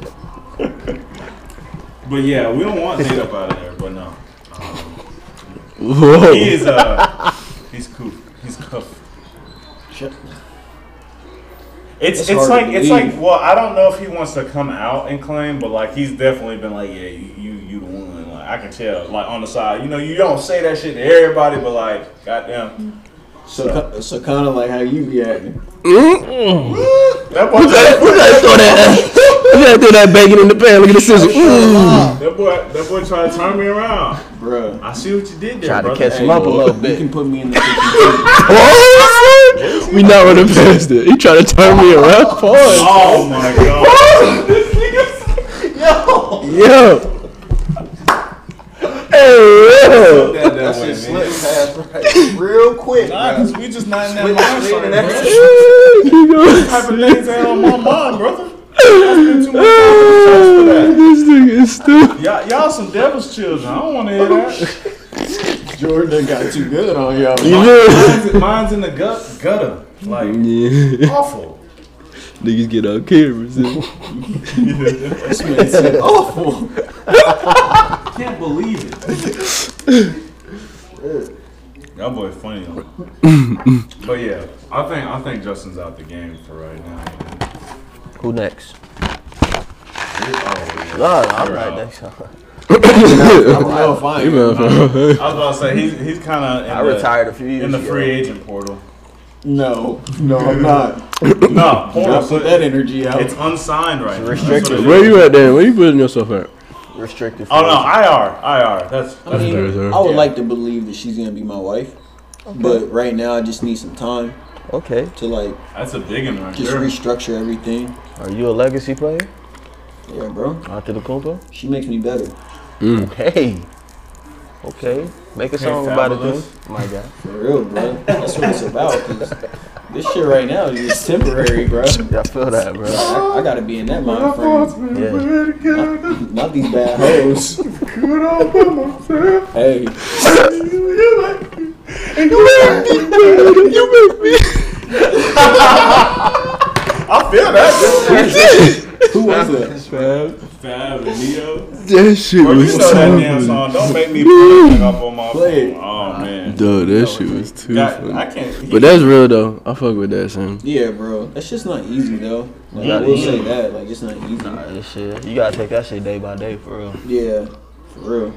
but yeah, we don't want Nate up out of there. But no, he
Whoa.
is uh, he's cool. He's cuffed.
Shut-
It's
It's
it's,
hard to
like it's like
believe.
well I don't know if he wants to come out and claim but like he's definitely been like yeah you you, you the one like I can tell like on the side you know you don't say that shit to everybody but like goddamn
So, ki- so kind of like how you be acting.
that boy that
We gotta throw that. We gotta throw that bacon in the pan. Look at the sizzle. Mm.
boy that boy tried to turn me around
Bruh.
I see what you did there
Try to
brother.
catch
Hey,
him up a little
You
bit.
can put me in the kitchen.
Oh, we not running past it. He trying to turn me around. Pause.
oh my god
Yo. Hey, yo.
that, that way, man.
Real quick.
Nah, 'cause we just not in that mindset bro.
Nigga.
type of things ain't on my mind brother
This nigga is stupid.
y'all, y'all some devil's children I don't want to hear that
Jordan got too good on y'all.
Yeah.
mine's, mine's in the gut gutter like awful.
Niggas get on cameras.
This man said awful.
Can't believe it. That boy funny though. but yeah, I think I think Justin's out the game for right now.
Who next?
Oh, yeah.
God, I'm
You're
right
out.
next.
I don't know if I
You
am.
motherfucker.
I was about to say he's he's kind of
I retired a few years
in the
ago.
free agent portal.
No, no, I'm not.
No,
I
porn.
put that energy out.
It's unsigned right now. That's
restricted.
what it
Where
is.
you at, Dan? Where you putting yourself at?
Restricted.
Oh no, IR, IR. That's
I
that's
mean,
better, sir.
I would like to believe that she's gonna be my wife, but right now I just need some time
Okay.
to like
that's a big one right
just
there.
restructure everything.
Are you a legacy player?
Yeah, bro.
After the Kumpo?
She makes me better.
Hey. Okay. Make a
Hey,
song about it, dude.
fabulous.
My God.
For real, bro. That's what it's about. 'cause this shit right now is just temporary, bro.
Yeah, I feel that, bro.
I, I gotta be in that mind frame.
Yeah.
Not these bad hoes. hey,
I feel that.
who was that?
Fab and Neo.
That shit
Bro,
was
you know that damn
too.
song. Don't make me pull that up on my
Play it.
phone. Oh man.
Duh, that shit was too
That-
funny.
I can't.
But that's real though. I fuck with that, son.
Yeah, bro. That's just not easy though. Like,
Yeah,
I will
yeah.
say that. Like, it's not easy.
Nah, this shit. You gotta take that shit day by day for real.
Yeah, for real.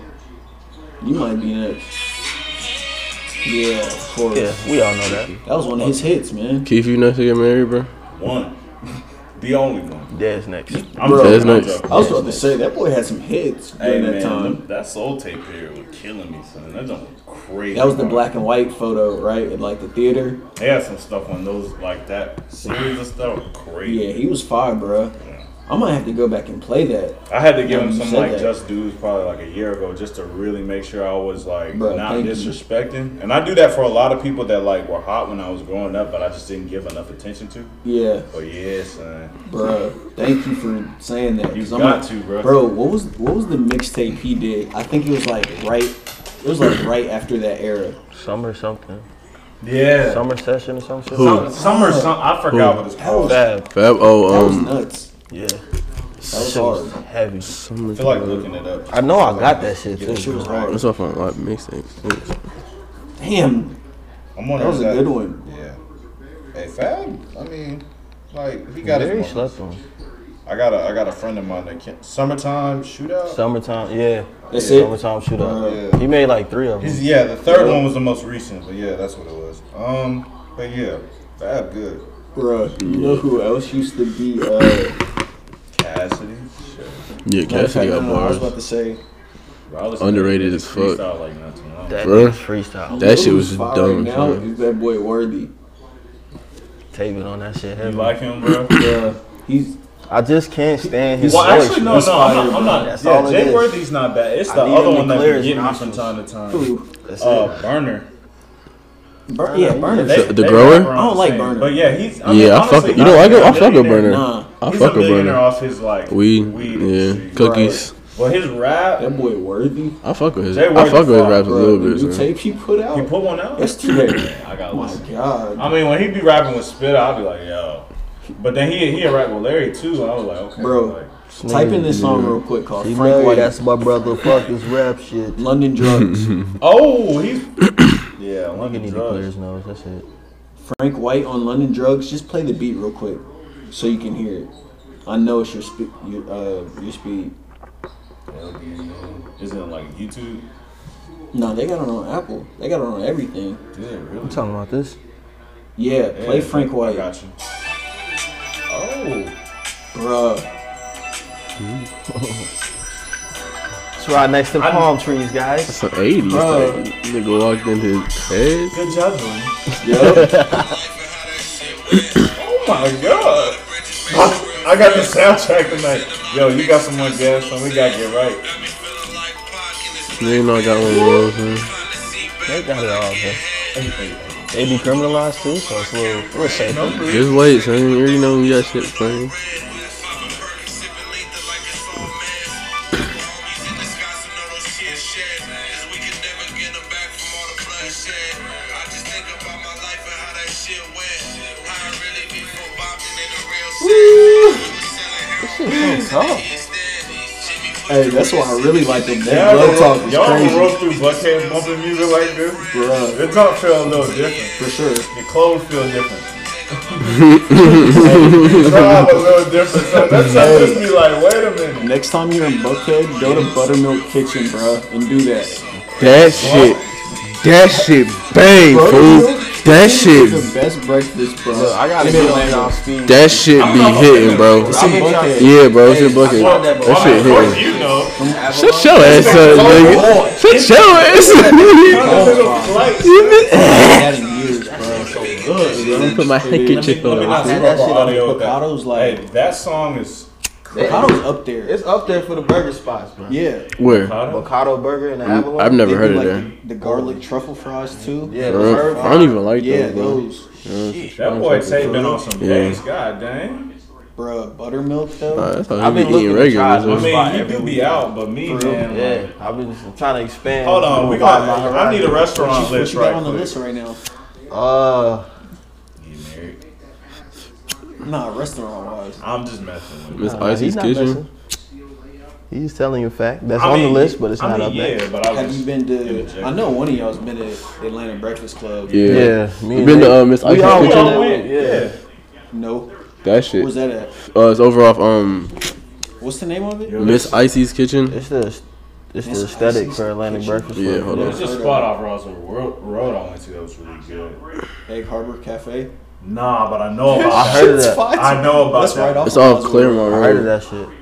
You might be next. Yeah, of course.
Yeah, we all know that.
That was one of his hits, man.
Keith, you next to get married, bro?
one, the only one.
Dad's next.
I'm
Bro,
joking,
that's
I'm
nice.
joking.
I was about to say that boy had some hits
Hey
during
man,
that time.
them- that soul tape period was killing me, son. That done was crazy.
That was the
bro.
black and white photo, right? At like the theater.
They had some stuff on those like that series and stuff. was Crazy.
Yeah, he was fire, bro. I might have to go back and play that.
I had to give
Um,
him
you
some
said
like
that.
just dudes probably like a year ago just to really make sure I was like
Bro,
not
thank you.
disrespecting. And I do that for a lot of people that like were hot when I was growing up, but I just didn't give enough attention to.
Yeah,
But yeah, son.
bro. Thank you for saying that.
You
'cause
got
not-
to, bro.
Bro, what was what was the mixtape he did? I think it was like right. It was like right after that era.
Summer something.
Yeah.
Summer session or some shit.
Who?
Summer, some I forgot what it's called. I
Fab.
Fab.
That
Oh,
was
um,
nuts.
Yeah. That
was
shit was
hard.
heavy.
feel like looking it up.
I know I got that shit
That shit
too.
was hard.
that's off on like mixtapes.
Damn,
I'm on
that was a good one.
Yeah. Hey Fab, I mean, like he got his
Very
moments.
slept on.
I got a I got a friend of mine that can't summertime shootout.
Summertime, yeah.
That's it.
Summertime shootout.
Yeah.
Uh, He made like three of
His,
them.
yeah, the third one was the most recent, but yeah, that's what it was. Um, but yeah, Fab good.
Bruh, you know who else used to be? Uh,
Cassidy, shit.
Yeah, Cassidy
no,
got
no, no, I was about
bars.
to say.
Bro, I listened
Underrated
to
as fuck.
freestyle Like not too long.
That
Bruh.
nigga freestyle.
That shit
Who's
was
fire
dumb.
Now
son.
is that boy worthy?
Taping on that shit
You
heavy.
like him, bro?
Bruh, he's
I just can't stand his
Well,
voice.
actually, no, no, I'm not. I'm not
That's all
yeah,
it
Jay
is.
Worthy's not bad. It's the
I need
other
him to
one that
clear
we
his
get me from
nostrils.
time to time.
who?
That's it.
Uh, Burner.
Bur- yeah, Burner.
They-
The
they
grower?
rap around
I don't
the
like
same.
Burner.
But yeah, he's. I mean,
Yeah, I
honestly,
fuck. You know, I go. I fuck with Burner.
Nah,
I
He's
fuck
a
with
millionaire
Burner.
off his like
Weed.
weed
Yeah,
industry.
cookies.
But his rap,
That boy worthy.
I fuck with his.
Jay
I fuck with his
Worthy
raps a
Bro, the
little
new
bit. son.
tape he put out
he put one out.
yesterday.
I got
oh my
listen.
god,
I mean, when he be rapping with Spitter, I'll be like, yo. But then he he rap with Larry too. and I was like, okay,
Bro.
Like,
type in this song real quick called
He
Frank
married,
White.
that's my brother. Fuck this rap shit.
London Drugs.
oh, he's yeah.
I
London
need to clear
drugs.
his nose. That's it.
Frank White on London Drugs. Just play the beat real quick, so you can hear it. I know it's your speed. Your, uh, your speed.
Isn't it like YouTube?
No, they got it on Apple. They got it on everything.
Is it really?
I'm talking about this.
Yeah, play
Yeah,
Frank
I
White,
got you. Oh,
bruh.
It's right next to
I-
palm trees, guys.
Some eighties.
Bro.
Like, nigga walked in his head.
good job, man.
Yup.
Oh my god. I, I got the soundtrack tonight. Yo, you got some more gas, so we gotta get right.
You know I got one of those. son.
They got it all, bro. They decriminalized too, so it's a little, a little safe.
Just wait, son. You already know we got shit playing.
hey, that's why I really like them. That
Y'all
love talk
roll-
is
y'all
crazy,
roll through Buckhead bumping music like this.
bruh.
Your talk feel a little different.
For sure.
Your clothes feel different. Your vibe a little different. So that shit just be like, wait a minute.
Next time you're in Buckhead, go to Buttermilk Kitchen, bruh, and do that.
That shit. That shit bang, fool. That
It's the
shit,
best breakfast bro.
Look, I gotta
Give me
get
the
on
mango.
y'all speed.
that shit
I'm
be
not
hitting,
fucking
bro.
It's in Buckhead.
Yeah, bro, it's in bucket.
Well,
That
Well, I mean,
shit
of course
hitting.
you know.
Shut your ass up, nigga. Shut your ass up.
Had in years, bro. So good.
Let me put my handkerchief
Let me not
on.
screw
That
up
shit
our
on
audio with that.
Picato's like-
Hey, that song is.
Picato's up there.
It's up there for the burger spots, bro.
Yeah.
Where?
Picado?
Avocado burger and the Avalon.
Mm, I've
They
never
do,
heard of
like, The,
that.
the garlic truffle fries too.
Yeah, the
For real?
burger.
I don't even like
Yeah,
those, bro.
those,
That boy Tay been on some days. God dang.
bro. Buttermilk though.
Nah, that's how
I've
he
been
be eating
looking
regular.
to
I
try
so-
it.
mean, he do be out, but me, man.
Yeah,
Like,
I've been just trying to expand.
hold on, we
my
got. I
horizon.
need a restaurant
What
list
you got
right
on the list
quick.
right now?
Uh,
Get married.
Nah, restaurant wise.
I'm just messing with. you.
Miss
nah, he's
Icy's
not
Kitchen.
messing. He's telling you a fact. That's
I
on
mean,
the list, but it's
I
not
mean,
up there.
Yeah, but I was.
Have you been to?
Yeah.
I know one of y'all's been to Atlanta Breakfast Club.
Yeah.
Yeah, me
You
and
been to
Nate.
uh, Miss
We
Icy's
all
We
Kitchen?
all went.
Yeah.
Yeah.
No.
That
What
shit.
was that at?
Uh, it's over off um
What's the name of it?
Miss Icy's Kitchen.
It's the it's
It's
the aesthetic
icy
for Atlantic
kitchen.
breakfast.
Yeah,
Club.
hold
There's
on.
a spot off Roswell Road, Road I went to that was really good.
Egg Harbor Cafe.
Nah, but I know about
I heard of
It's
that.
fine.
I know about
That's
that.
right off.
It's
of
off
Oswald.
Claremont
I heard of
Road.
that shit.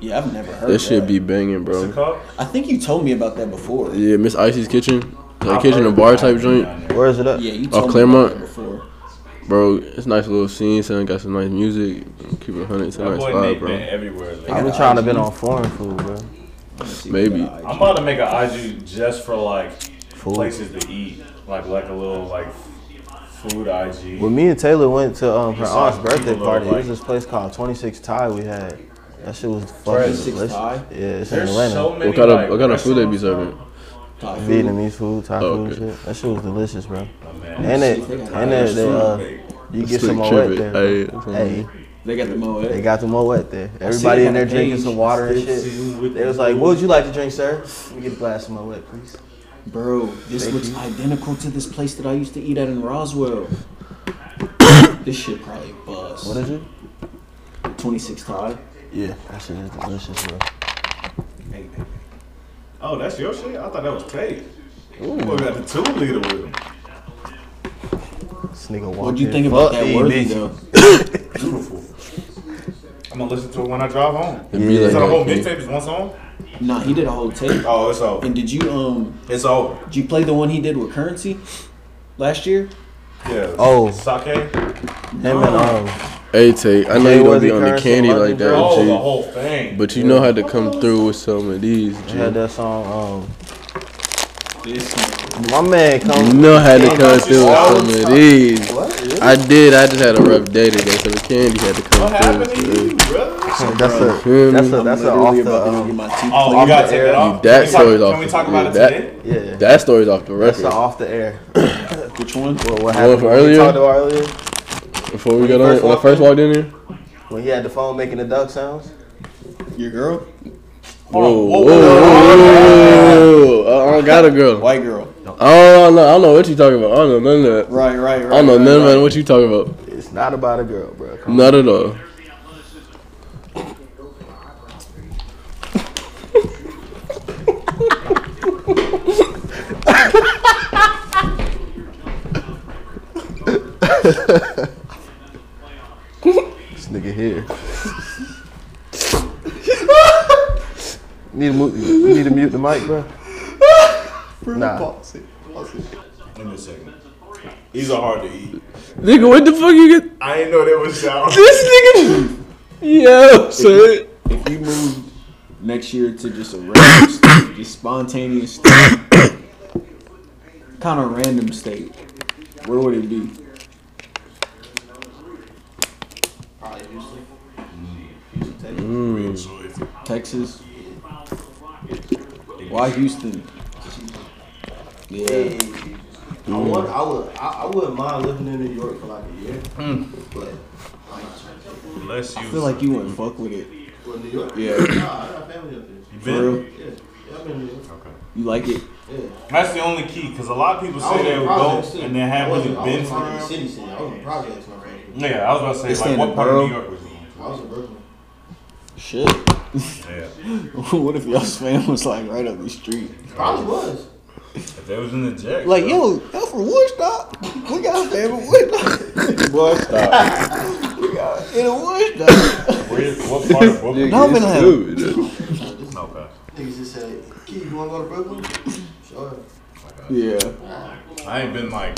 Yeah, I've never heard.
That
of
shit be banging,
What's it
bro.
called?
I think you told me about that before. Yeah,
Yeah, Miss Icy's Kitchen. Like
I've
kitchen
heard
and
of
bar
it.
type joint.
Down there.
Where is it at?
you
Oh,
told
Claremont.
me about that before.
Bro, it's a nice little scene, son. Got some nice music. Keep it 100. It's a
That
nice
boy
vibe,
Nate
bro.
been everywhere. lately.
I've been trying to been on foreign food, bro.
Maybe.
I'm about to make an IG just for like
Food.
places to eat, like like a little like food IG.
When me and Taylor went to um, her
saw
aunt's
people
birthday
look
party, it
like-
was this place called Twenty Six Thai. We had that shit was fucking
26
delicious.
Thai?
Yeah, it's in
There's
Atlanta.
so many.
What kind
like,
of what kind of food they be
restaurants
serving?
Thai food.
Vietnamese food, Thai
Oh,
food,
okay.
shit. That shit was delicious, bro.
now, Oh, man.
And it,
Thai
and it, they, uh, you get some
Slick
Moet
Trivet.
there.
Hey, that's what I'm
Hey,
They got the
they
Moet.
got the Moet there.
they
Everybody
got
in there
the
drinking
age
some water and
season
shit.
with
They
the
was like,
food.
"What would you like to drink, sir? We get a glass of Moet, please."
Bro, this
Thank
looks
you.
identical to this place that I used to eat at in Roswell. this shit probably bust.
What is it?
26 Thai.
Yeah, that shit is delicious, bro.
Oh, that's your shit. I thought that was Tay. Ooh, boy got the two liter with him.
This nigga
What do you think about that worthy though?
Beautiful. I'm gonna listen to it when I drive home.
It'd be
Is that a
like
whole
that,
mixtape? Is one song?
Nah, he did a whole tape.
Oh, it's over.
And did you um
It's over.
did you play the one he did with Currency last year?
Yeah.
Oh.
Sake.
Him
Oh,
and um,
Hey, Tate, I know
Jay
you don't
Wuzzy
be on the
Currency,
candy
Wuzzy
like
Currency.
Oh, the
that,
whole thing.
G. But you know how to come through with some of these,
he had
G.
that song.
This
Um, my man
You
come.
know how to come
that's
through with
all
some
the
of
time.
these.
What? Really?
I did. I just had a rough day today, so the candy had to
what
come
happened to
through.
you, bro?
That's
Bro.
a that's a that's a
literally about to
off the
go get
um,
my teeth
Oh,
cleaned.
you gotta take
air.
it off.
That
Can we talk-
story's off
Can we
the-
talk about it
that-
today?
yeah.
That story's off the
That's a
record.
off the air.
Which one?
What, what
one
happened?
from
What we
earlier?
talked about earlier
Before we
When
got
you
on,
first
when I
walked
first
in?
walked in here.
when he had the phone making the duck sounds.
Your girl?
Whoa, whoa,
whoa,
whoa! I don't got a girl.
White girl.
Oh no, I don't know what you talking about. I don't know none of that.
Right, right, right.
I don't know
right,
none
right.
of what you talking about.
It's not about a girl, bro. Come
Not at all.
this nigga here. need to mute. you Need to mute the mic, bro. Nah.
In a second. These are hard to eat.
Nigga, what the fuck you get?
I didn't know they was sour.
This nigga. Yo, son.
If you move next year to just a random state, just spontaneous state, kind of random state, where would it be? Mm. Texas. Why Houston? Yeah.
I want. I would. I, I wouldn't mind living in New York for like a year. But
Bless you.
I feel like you wouldn't fuck with it.
for New York,
Yeah.
nah, I got family up there.
You
For
been?
real?
Yeah, I've been in New York.
You like it?
That's the only key, because a lot of people
I was
say they
in
would go
projects, too.
and then
I
have really
wasn't- I
been
wasn't like in the
for real.
city. City. I was in projects, my friend.
Yeah, I was about to say,
They stay
like,
in
what
the
part
borough?
of New York was you in?
I was in Brooklyn.
Shit.
Yeah.
what if y'all's fam was like right up the street?
Probably was.
If they was in the jet,
Like,
bro.
yo, that from Woodstock? We got a favorite Woodstock.
Woodstock.
In a Woodstock.
Where- what part of Brooklyn?
No, man, like-
Dude.
Okay.
Niggas just say, Key, you wanna go to Brooklyn? Sure.
yeah.
I ain't been like,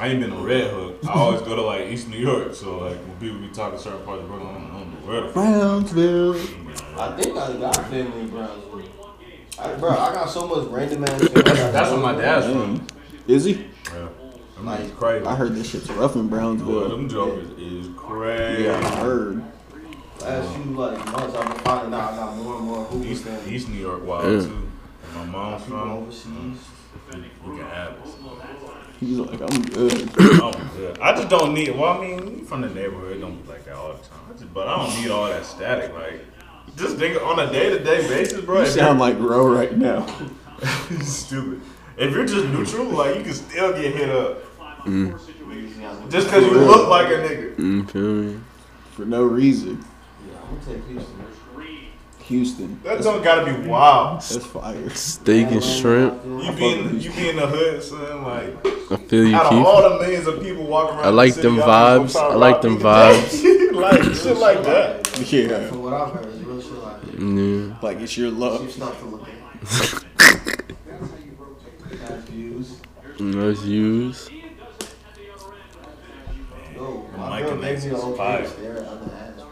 I ain't been to Red Hook. I always go to like East New York. So like when people be talking certain parts of Brooklyn, I don't, I don't know where the fuck.
Brownsville.
I think I got family in Brownsville. I, bro, I got so much random ass shit.
That's where my dad's from.
Damn. Is he?
Yeah. Them niggas crazy.
I heard this shit's rough in
Boy,
Brownsville.
them jokers is crazy.
Yeah, I heard.
Last few like months, I've been finding out I got more and more Hoover
East, um,
family.
East New York wild
Yeah.
too. My mom's
People
from.
overseas.
We can have it.
He's like, I'm good.
Oh, yeah. I just don't need. Well, I mean, we from the neighborhood, it don't be like that all the time. I just, but I don't need all that static. Like, just think on a day to day basis, bro.
You
if
sound like Ro right now.
you're stupid. If you're just neutral, like you can still get hit up just because you look like a nigga.
You feel me?
For no reason.
Yeah, I'm gonna take Houston.
Houston.
That don't gotta be wild.
That's fire.
Steak and shrimp.
You be in, you be in the hood, son. Like
I feel you,
out of
Keith.
all the millions of people walking around,
I like
the
them
city, I don't
vibes.
know if I'm
I like them
robbing niggas. like shit like that.
Yeah.
From what I've heard, it's real shit like that.
Yeah.
Like, it's your love.
She's not to look at. Got views.
Nice use.
Yo,
The
my
mic
girl
and
gave
X
me an
is
okay
fire.
to stare at other ass,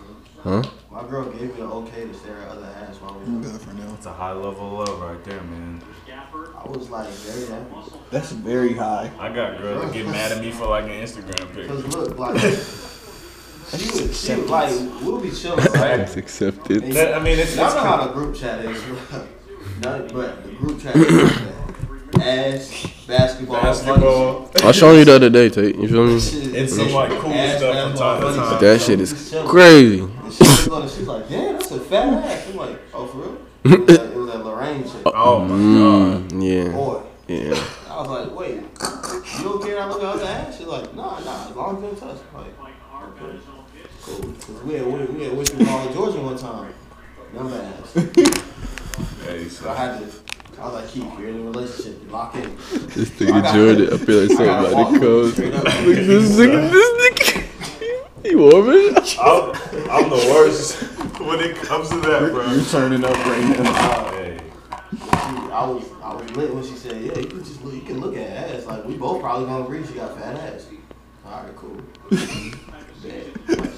Huh? Mm.
bro. My girl gave me an okay to stare at other ass while we were.
Good for now.
It's a high level of love right there, man.
I was like very happy.
That's very high.
I got girls that get mad at me for like an Instagram picture.
Cause look, like she would, she would like we'll be chilling, right?
It's accepted.
And
That- I mean, it's,
Y'all
it's
know how the group chat is. None, but the group chat is like that. ass, basketball,
basketball.
I was showing you the other day, Tate. You feel me?
It's some like cool stuff from time to time.
That shit is crazy.
She's like, damn, that's a fat ass. I'm like, oh, for real? It was that, it was that Lorraine chick.
Oh my
Mm, yeah.
Boy.
Yeah.
I was like, wait, you don't care I look at her ass? She's like, nah, nah, as long as you don't touch. I'm like, okay. Cool. 'Cause we had, we, we had went through all Georgia one time. Number ass.
Mm-hmm.
god. Hey, so
I had to, I was like, Keith, you're in a relationship. Lock in.
This nigga Jordan, I feel like somebody comes.
Straight
Look,
up.
this nigga, this nigga. He warming?
I'm, I'm the worst when it comes to that,
You're
bro.
turning up right now.
Hey,
She- I was I was lit when she said, "Yeah, you can just look, you can look at ass. Like we both probably gonna agree she got fat ass." All right, cool. Bet.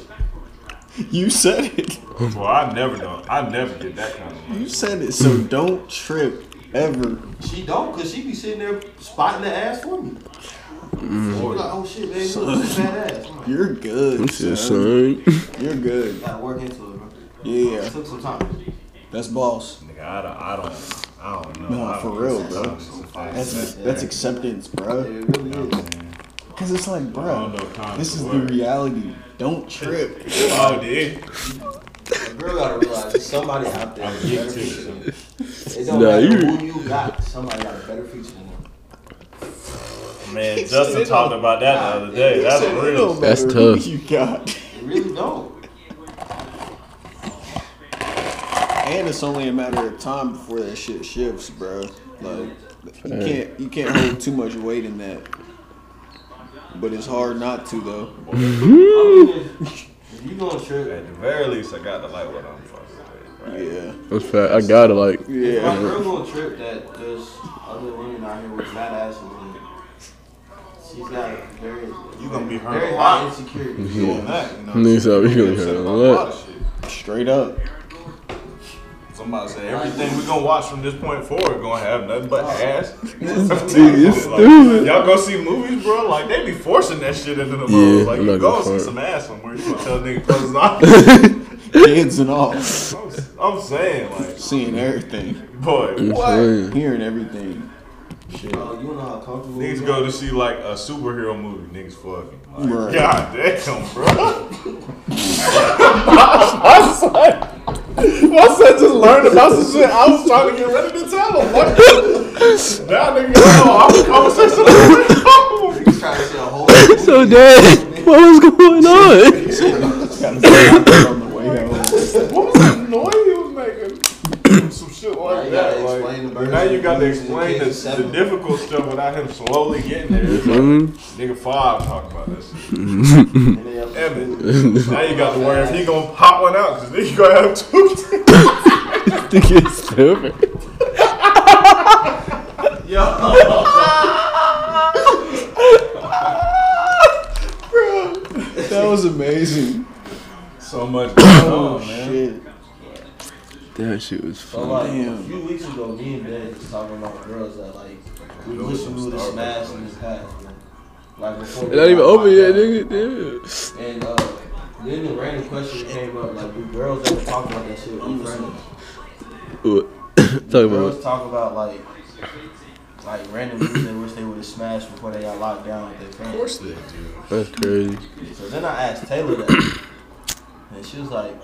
You said it.
well, I never know. I never get that kind of money.
You said it. So don't trip ever.
she don't, cause she be sitting there spotting the ass for me.
Mm.
So I'm like, oh shit, baby, look, she fat ass. I'm like,
You're good. Son.
Shit, son.
You're good.
gotta work into it, bro.
Yeah.
It took some time.
That's boss.
Nigga, I don't, I don't, I don't know.
No,
I don't
for real,
know.
bro.
I don't know.
That's that's acceptance, bro.
It really is.
Cause it's like,
I don't
bro,
know kind
this
of
is the
word.
reality. Don't trip.
Oh, dude.
A girl gotta realize there's somebody out there with a better
geek
feature. than her. It don't
Nah,
matter
you-
who you got, somebody got a better feature than them.
Man, Justin talked about that the other day. That's
So it don't
real.
That's
matter who
tough.
You got.
It really don't.
And it's only a matter of time before that shit shifts, bro. Like you can't you can't hold too much weight in that. But it's hard not to though.
I mean, if if you gonna trip,
At the very least, I got to like what I'm fucking with. right?
Yeah.
That's fact. I gotta, like,
If My
Yeah.
girl gonna trip that there's other women out here with fat asses and she's got very
You gonna be hurt
very
a
high
lot.
insecurities.
Doing that, you know.
Nigga said we gonna
You
hurt
said
a
about a lot
lot.
of shit.
Straight up.
Somebody said everything we gonna watch from this point forward gonna have nothing but ass.
Dude, it's
Like,
stupid.
Y'all go see movies, bro. Like they be forcing that shit into the
Yeah,
movies. Like
I'm
you
not
go
gonna
see
front.
some ass somewhere. You gonna tell nigga close his eyes.
Kids and all.
I'm- I'm saying, like,
Seeing everything.
boy, what?
Yeah.
Hearing everything. Shit.
Oh, you know how comfortable we
Niggas
are?
go to see like a superhero movie. Niggas fucking. Like,
Right.
God damn, bro.
My son, my son just learned about some shit. I was trying to get ready to tell him.
Now niggas know I'm in conversation.
He's trying to see a whole movie.
So, Dad, what was going on?
on the way home.
What was that noise he was making? Some shit
Now
like
you
that.
gotta
like-
explain the birds
now you
and
gotta
bees and
explain
the
the
kids
The
seven.
difficult stuff without him slowly getting there. It's like,
Mm.
nigga five talking about this. shit.
And they up
Evan, now you got to worry if he gonna pop one out because then you gonna have two.
Think it's stupid.
That was amazing.
so much going on, man.
Shit.
That shit was
So
fun.
like
Damn.
a few weeks ago, me and Ben was talking about girls that like we
Those
wish
some
we would have
Starbucks
smashed in the past, man. Like before.
It's not even open yet, nigga.
And uh, then the random question came up like, do girls ever talk about that shit with friends?
Damn. Talk about
Girls talk about like like random dudes they wish they would have smashed before they got locked down with their friends.
they do.
it. That's crazy.
So then I asked Taylor that, and she was like,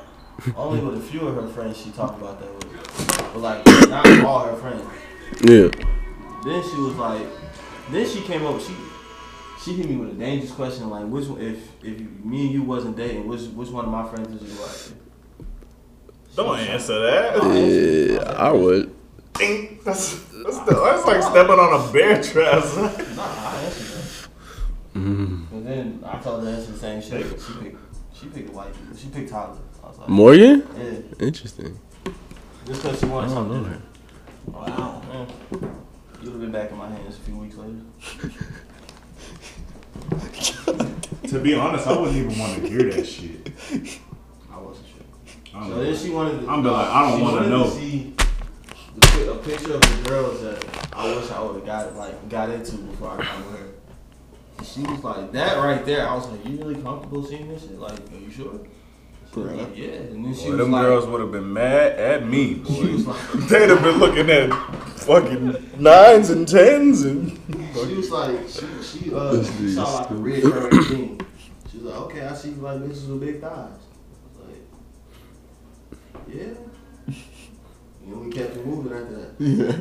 only with a few of her friends she talked about that with, but like not all her friends.
Yeah.
Then she was like, then she came up. She she hit me with a dangerous question like, which one, if if me and you wasn't dating, which which one of my friends would you like?
Don't answer that.
Yeah, I would.
Ding. That's, that's, the, that's like stepping on a bear trap. son.
Nah, I answered that. But then I told her to answer the same shit. but She picked she picked white. people. She picked Tyler. I was like,
Morgan?
yeah,
Interesting.
just because she wanted something. different.
Wow.
Yeah. You'll have been back in my hands a few weeks later.
to be honest, I wouldn't even want to hear that shit.
I wasn't sure.
I
So then she wanted to.
I'm be like, I don't
she
wanna
wanted
know.
To see the, pi- a picture of the girls that I wish I would have got like got into before I got with her. And She was like that right there. I was like, you really comfortable seeing this shit? Like, are you sure? She was like, yeah. And then she
Boy,
was
them
like,
girls would have been mad at me.
she was
Boy.
like,
They'd have been looking at fucking nines and tens and
she was like, she she uh she saw like a reoccurring thing. She was like, okay, I see you like bitches with big thighs. I was like, yeah. And we kept it moving after that.
Yeah.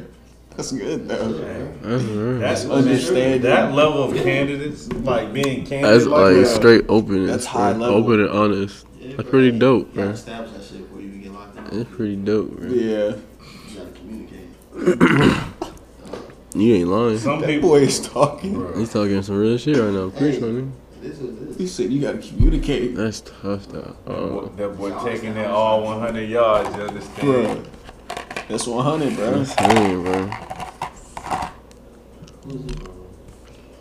That's good though.
That's, real.
that's
understanding.
That level of candidates, like being candid,
That's
like,
like
that.
straight open.
That's
That's
high level.
Open and honest.
Yeah,
That's
bro.
pretty dope,
You gotta
man.
establish that shit before you even get locked in.
That's pretty dope, man.
Yeah.
You gotta communicate.
You ain't lying.
Some
That
people,
boy is talking.
He's talking some real shit right now. Preach, my nigga.
This is
He
this.
said you gotta communicate.
That's tough, though. Oh,
that boy taking it all 100 yards. You understand?
Bruh. That's 100, bro.
that's insane, bro.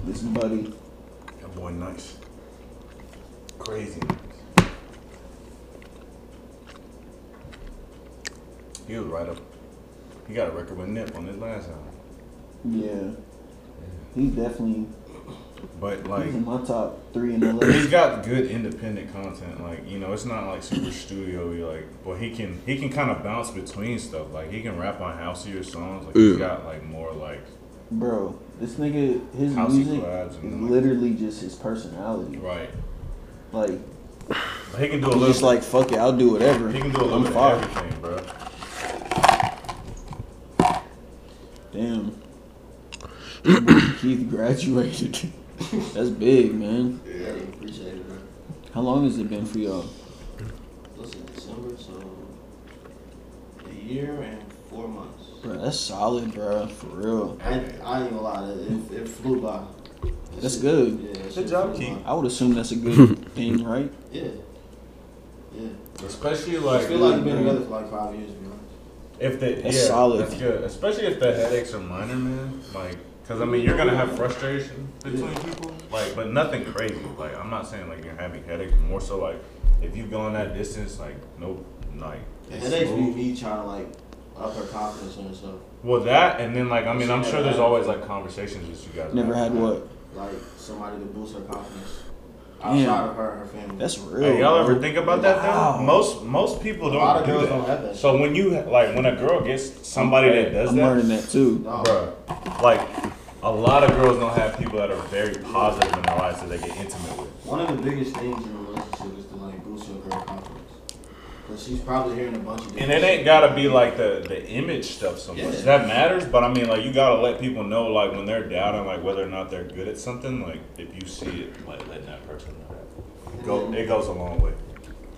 This buddy.
That boy nice, crazy. He was right up. He got a record with Nip on his last album,
Yeah. He's definitely
but
he's
like.
in my top three in the
He's
list.
got good independent content. Like you know, it's not like super studio. Like, but he can he can kind of bounce between stuff. Like he can rap on houseier songs. Like he's
Yeah.
got like more like
Bro, this nigga, his
housey
music
collabs
is
and like,
literally just his personality.
right.
Like,
But he can do
he's
a little.
just like, fuck it, I'll do whatever.
he can do a little
I'm
bit
fire.
of everything, bro.
Damn. Keith graduated. That's big, man.
Yeah, appreciate it, bro.
How long has it been for y'all?
Listen, December, so a year and four months.
Bro, that's solid, bro. For real.
I, I ain't gonna lie, it, it, it flew by.
That's good.
Yeah, that shit
Good job,
flew by.
I would assume that's a good thing, right?
Yeah. Yeah.
Especially
I feel
like
like we've been together for like five years, to be honest.
if the
That's
yeah,
solid.
that's good. Especially if the headaches are minor, man. Like, cause I mean, you're gonna have frustration between people. Like, but nothing crazy. Like, I'm not saying like you're having headaches. More so like if you've gone that distance, like no, like.
The
it's
headaches be
smooth.
me trying to like up her confidence in herself.
Well, that and then like I mean I'm sure there's always like conversations that you guys
Never
have.
had what?
Like somebody to boost her confidence outside of her and her family.
That's real.
Like, y'all ever
bro.
think about that?
Wow.
Though most most people
a
don't
lot of
do
girls
that.
don't have that.
So when you like when a girl gets somebody that does
I'm
that,
learning that too.
no,
bruh, like a lot of girls don't have people that are very positive in their lives that they get intimate with.
One of the biggest things in a relationship is to like boost your girl confidence. Cause she's probably hearing a bunch of
And it
different
ain't
shit.
gotta be like the the image stuff so much.
Yeah.
That matters, but I mean like you gotta let people know like when they're doubting like whether or not they're good at something. Like if you see it, like letting that person know that. It Go, it goes a long way.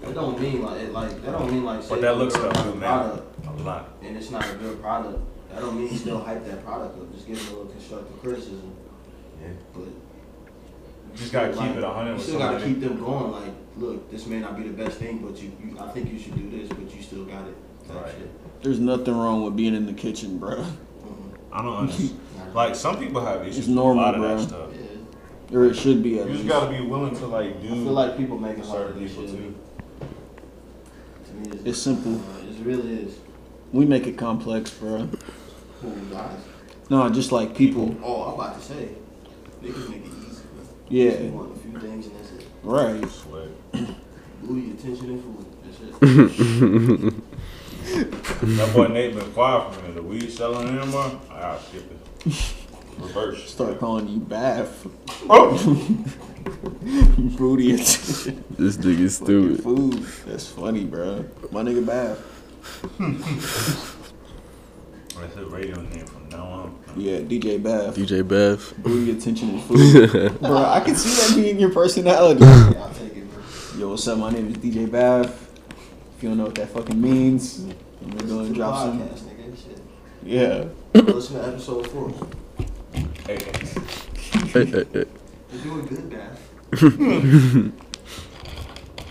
It don't mean like it like that don't mean like. say
But that
the
looks
girl
stuff
got a
do matter
product
a lot.
And it's not a good product. That That don't mean you don't hype that product up. Just give him a little constructive criticism.
Yeah.
But
You just gotta
like,
keep it 100
You
with
still gotta
somebody.
keep them going. Like, look, this may not be the best thing, but you, you I think you should do this, but you still got it. Type
Right.
shit.
There's nothing wrong with being in the kitchen, bro.
I don't understand. Like some people have issues
It's
with
normal,
a lot of that
bro.
stuff.
Yeah.
Or it should be. At
You just
least.
gotta be willing to like do
I feel like people make a lot of
certain
this
people
shit.
too.
To me, it's,
It's simple.
Uh, it really is.
We make it complex, bro.
Cool guys.
No, just like people.
Oh, I'm about to say, niggas make it easy. Bro. Just
Yeah,
want a few things and that's it.
right.
Sweat.
Blew your attention and food. That's it.
That boy Nate been quiet for me. The weed selling in him, bro. I gotta skip it. Reverse.
Start calling you Bath.
Oh.
Booty attention.
This nigga's stupid.
Food. That's funny, bro. My nigga Bath.
That's his radio name from now on.
Yeah, DJ Bath.
DJ Beth.
Booty attention and food. bro, I can see that being your personality.
I'll take it, bro.
Yo, what's up? My name is DJ Bath. If you don't know what that fucking means, we're going
Listen to
to
the
drop some.
podcast, nigga. Shit.
Yeah.
Listen to episode four.
Hey,
Hey, hey, hey.
You're doing good, guys.
that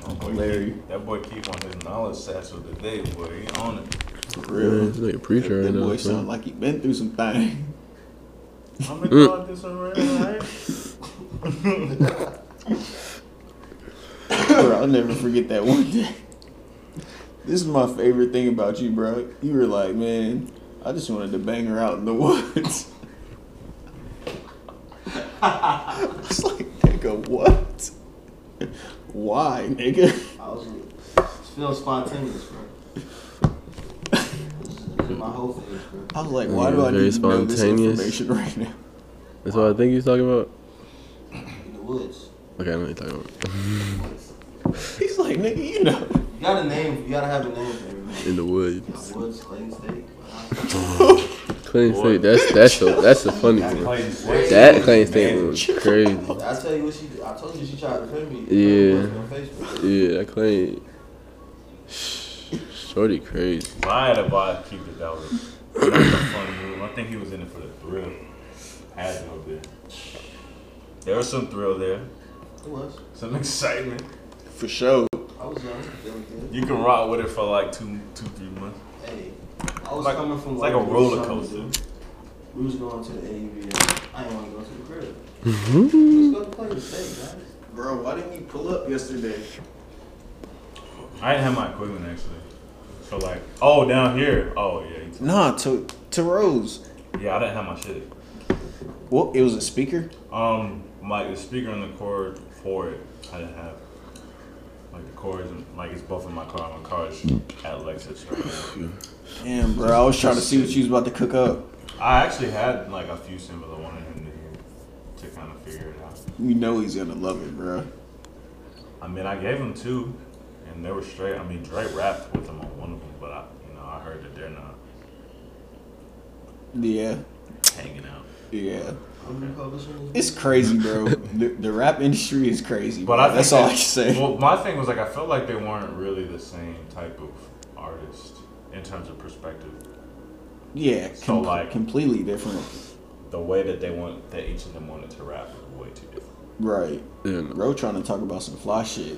Oh, boy
Larry.
Keith- That boy keep on his knowledge satchel today, boy. He on it.
For
Man,
real.
this nigga preacher
that
right now.
boy sound
son.
like he been through some things.
I'm
Mm.
gonna call this already, right?
bro, I'll never forget that one day. This is my favorite thing about you, bro. You were like, man, I just wanted to bang her out in the woods. I was like, nigga, what? Why, nigga?
I was feeling spontaneous, bro. This is my whole face, bro.
I was like, why
Nigga,
do I
very
need to know this
spontaneous.
information right now?
That's what I think he's talking about.
In the woods.
Okay, I know what you're talking about.
He's like, nigga, you know.
You got a name. You gotta have a name for everything.
In the woods.
Woods, Clayton State.
Clean
Boy.
state. That's that's the that's the funny one.
Clayton Sweat.
That clean state one was crazy.
I tell you what she did. I told you she tried to defend me.
Yeah.
On Facebook.
Yeah, that clean. Shorty crazy.
Lied about keep it that was that was a fun move. I think he was in it for the thrill. Had to have been. There was some thrill there,
It was.
some excitement.
For sure.
I was young, feeling good.
You can rock with it for like two, two, three months.
Hey, I was
Like-
coming from
It's like a
work. We was
roller
trying to
coaster.
do- We was going to the AV. and I didn't want to go to the crib. Let's go to Clayton State, guys.
Bro, why didn't you pull up yesterday?
I didn't have my equipment actually. So like, oh down here. Oh yeah, you t-
Nah, to to Rose.
yeah. I didn't have my shit.
Well, it was a speaker.
Um, like the speaker and the cord for it, I didn't have. Like the cords, and, like it's both in my car. My car is at Lexus right now.
Damn, bro, I was trying to see what she was about to cook up.
I actually had like a few symbols I wanted him to hear to kind of figure it out.
You know he's gonna love it, bro.
I mean, I gave him two, and they were straight. I mean, Dre rapped with them on one of them, but I, you know, I heard that they're not
Yeah,
hanging out.
yeah.
I'm gonna call this one.
It's crazy, bro. the, the rap industry is crazy.
But
bro.
I think
that's all
that-
I can say.
Well, my thing was like I felt like they weren't really the same type of artist in terms of perspective.
yeah,
so,
com-
like-
completely different.
The way that they want that each of them wanted to rap was way too different.
Right,
Yeah, no.
bro. Trying to talk about some fly shit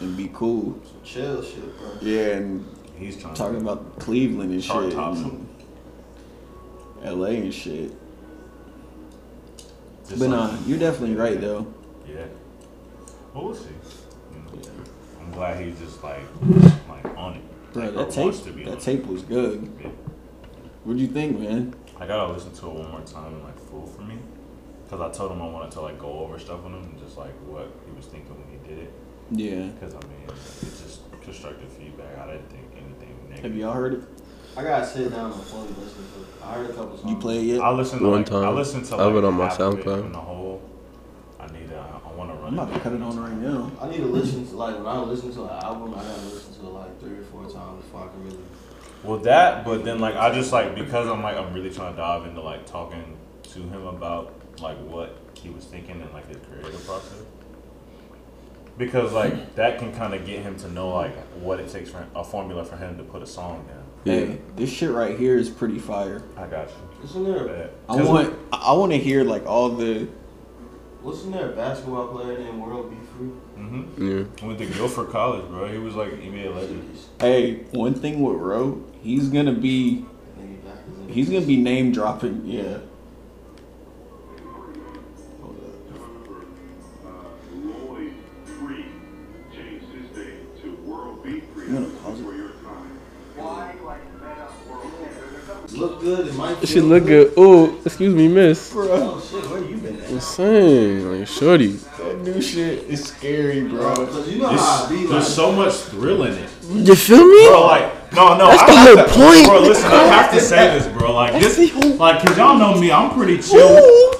and be cool.
Some chill shit, bro.
Yeah, and
He's trying
talking
to
about Cleveland and
Chart
shit,
tops.
and L.A. and shit.
just
but
like-
nah, you're definitely right though.
Yeah. Well, we'll see. You know, I'm glad he's just like like on it.
Bro,
Like,
that
or wants to
tape,
be on
that
it.
tape was good.
Yeah.
What'd you think, man?
I gotta listen to it one more time and like fool for me, cause I told him I wanted to like go over stuff with him and just like what he was thinking when he did it.
Yeah.
Cause I mean, it's just constructive feedback. I didn't think anything
Have
negative.
y'all heard it?
I gotta sit down and fully listen to it. I heard a couple songs.
You play it yet?
Um, I listened to
One
like, I
time.
listened to
I have
like
it on my
half of it
SoundCloud.
in the whole. I need. uh, I want to run.
I'm about to
it.
cut it on right now.
I need to listen to like when I listen to an album, I gotta listen to it like three or four times before I can really.
Well, that, but then like I just like because I'm like I'm really trying to dive into like talking to him about like what he was thinking and like his creative process. because like that can kind of get him to know like what it takes for a formula for him to put a song down.
Yeah.
Hey, this shit right here is pretty fire.
I got you.
Isn't there,
Bet.
I
'Cause
want I I want to hear like all the
wasn't there a basketball player named World Be Free?
Yeah.
I went to Guilford College, bro. He was like an NBA legend.
hey one thing with Ro, he's gonna be
Nigga back is in-
he's gonna be name dropping. Yeah,
Hold up.
Lloyd Free changed his name to World Beat Free
I'm gonna pause
for your time.
Look good in my
This shit look good. Oh, excuse me, miss.
Oh shit, where you been at?
Insane, like shorty.
that new shit is scary, bro.
Cause you know
Ah,
how I be
There's,
like.
there's so much thrill in it,
You feel me?
bro. Like, no, no.
That's
I
the
have
whole
to-
point.
bro. Listen, I have to say this, bro. Like
That's
this,
the whole-
like, cause y'all know me. I'm pretty chill.
Ooh.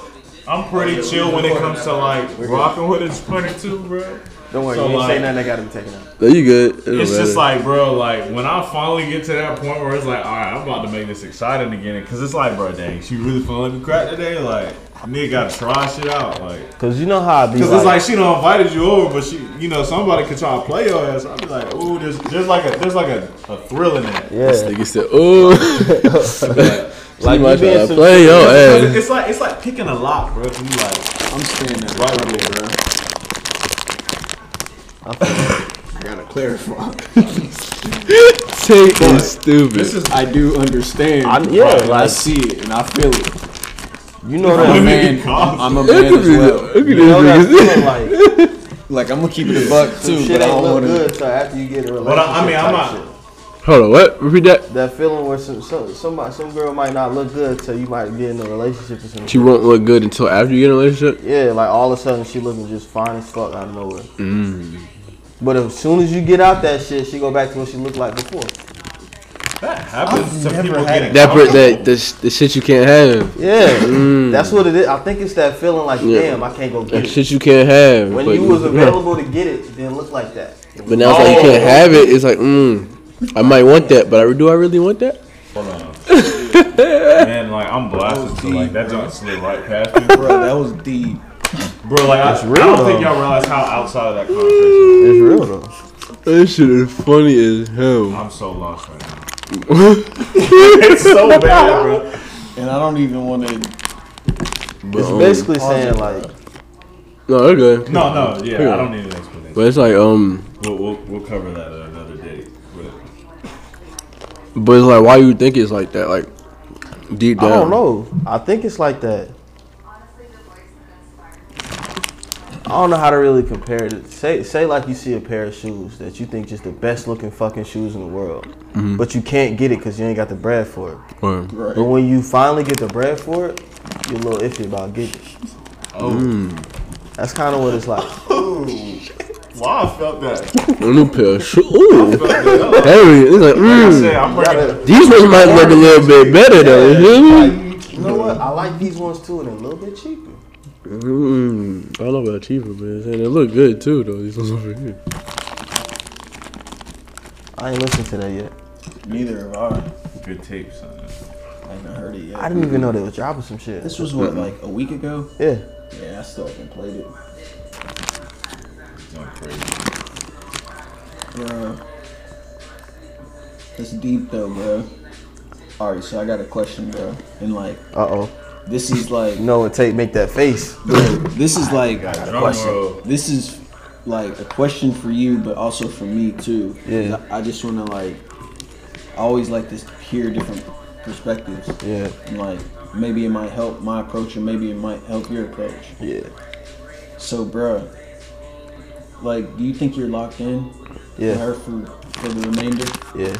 I'm pretty chill when it comes to like rocking with a 22, bro.
Don't worry,
So,
you ain't say
like-
nothing that gotta be taken out.
No, you good. It don't
It's just
matter.
like, bro, like when I finally get to that point where it's like, all right, I'm about to make this exciting again, because it's like, bro, dang, she really finna let me crack today. Like, nigga, gotta try shit out, like,
Cause you know how I be.
because it's like she don't invited you over, but she, you know, somebody could try to play your ass. I'd be like, ooh, there's, there's like a, there's like a, a thrill in that.
This nigga said, "Oh,
Like, you being
like you trying to
some-
play your
It's,
ass."
it's like, it's like picking a lock, bro. 'cause you like,
I'm staring at
Right
right over there, bro. I gotta clarify.
Take is
This
stupid.
is I do understand.
I'm- yeah,
Right, I
like-
see it and I feel it.
you know
I'm a
that.
man. I'm, I'm a
Look
man
at
as well.
this- look at
You know that
this nigga.
feeling like
Like I'm gonna keep it a buck too,
shit
but I
ain't
don't
look
want to.
good. So after you get a relationship,
but I, I mean, I'm
type
not.
shit.
Hold on, what? Repeat that.
That feeling where some, some somebody some girl might not look good till you might get in a relationship or something.
She won't look good until after you get in a relationship.
Yeah, like all of a sudden she looking just fine as fuck out of nowhere. But as soon as you get out that shit, she go back to what she looked like before.
That happens to people getting
That per- that
comfortable.
the, sh- the shit you can't have,
Yeah, that's what it is. I think it's that feeling like,
Yeah.
damn, I can't go
that
get it.
shit you can't have.
When
but
you was available to get it, it didn't look like that.
but now it's like you can't have it. It's like, mm, I might want that, but I do I really want that?
Hold on. Man, like I'm blasted, so like that jump slid right past me.
Bro, that was deep.
Bro, like I, I
real,
don't think
though.
y'all realize how outside of that conversation.
It's real though.
That shit is funny as hell.
I'm so lost right now. it's so bad, bro.
And I don't even want to.
But,
It's
um,
basically saying like,
no, they're good.
No, no, yeah, I don't need an explanation.
But it's like um,
We'll, we'll, we'll cover that at another day. But
but it's like why you think it's like that? Like deep
I don't
down,
know. I think it's like that. I don't know how to really compare it. Say, say like you see a pair of shoes that you think just the best looking fucking shoes in the world, but you can't get it because you ain't got the bread for it.
Or-
But when you finally get the bread for it, you're a little iffy about getting it.
oh,
That's kind of what it's like.
wow, I felt that.
a new pair of shoes. Ooh,
Felt that.
that really it's like
I
mm,
said, I'm bringing.
these ones might look a little bit better though. You hear me?
Like, you know what? I like these ones too, and they're a little bit cheaper.
Mm, I don't know about cheaper, but it's- and it look good too though. These ones over here.
I ain't listened to that yet.
Neither have I.
Good tape, son.
I haven't heard it
I
yet.
didn't even know they was dropping some shit.
This was what like a week ago.
Yeah.
Yeah, I still haven't played it.
It's going crazy.
Bro. It's deep though, bro. All right, so I got a question, bro. And like,
Uh oh.
this is like,
No, it take make that face.
bro, this is like,
Drum roll.
this is like a question for you, but also for me too. 'Cause
Yeah.
I, I just want to like, I always like to hear different perspectives.
Yeah.
And like, maybe it might help my approach, or maybe it might help your approach.
Yeah.
So, bro, like, do you think you're locked in?
Yeah.
To her for for the remainder.
Yeah.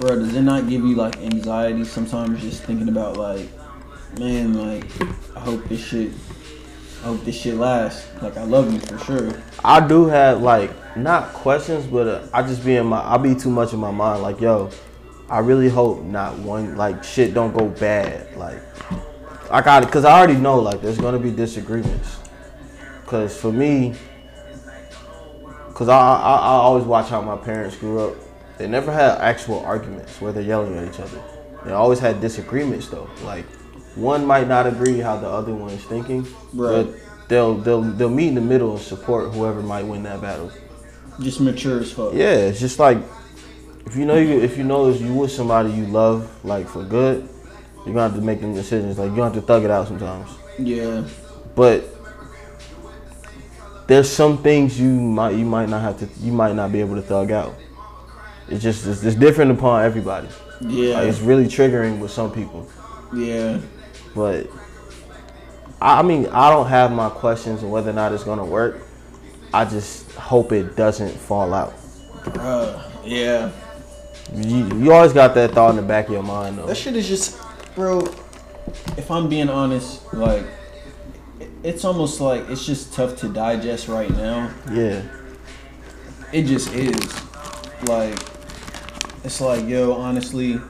Bro, does it not give you like anxiety sometimes just thinking about like, man, like I hope this shit, I hope this shit lasts. Like I love you for sure.
I do have like not questions, but uh, I just be in my I be too much in my mind. Like yo, I really hope not one like shit don't go bad. Like I got it because I already know like there's gonna be disagreements. Cause for me, cause I, I I always watch how my parents grew up. They never had actual arguments where they're yelling at each other. They always had disagreements though. Like one might not agree how the other one is thinking,
Right.
but they'll they'll they'll meet in the middle and support whoever might win that battle.
Just mature as fuck.
Yeah, it's just like if you know you if you know you with somebody you love like for good, you're gonna have to make them decisions. Like you gonna have to thug it out sometimes.
Yeah.
But there's some things you might you might not have to you might not be able to thug out. It's just it's, it's different upon everybody.
Yeah.
Like, it's really triggering with some people.
yeah.
But I I mean, I don't have my questions on whether or not it's gonna work. I just hope it doesn't fall out.
Bruh. Yeah.
You, you always got that thought in the back of your mind, though.
That shit is just, bro. If I'm being honest, like, it- it's almost like it's just tough to digest right now.
Yeah,
It just is. Like, it's like, yo, honestly,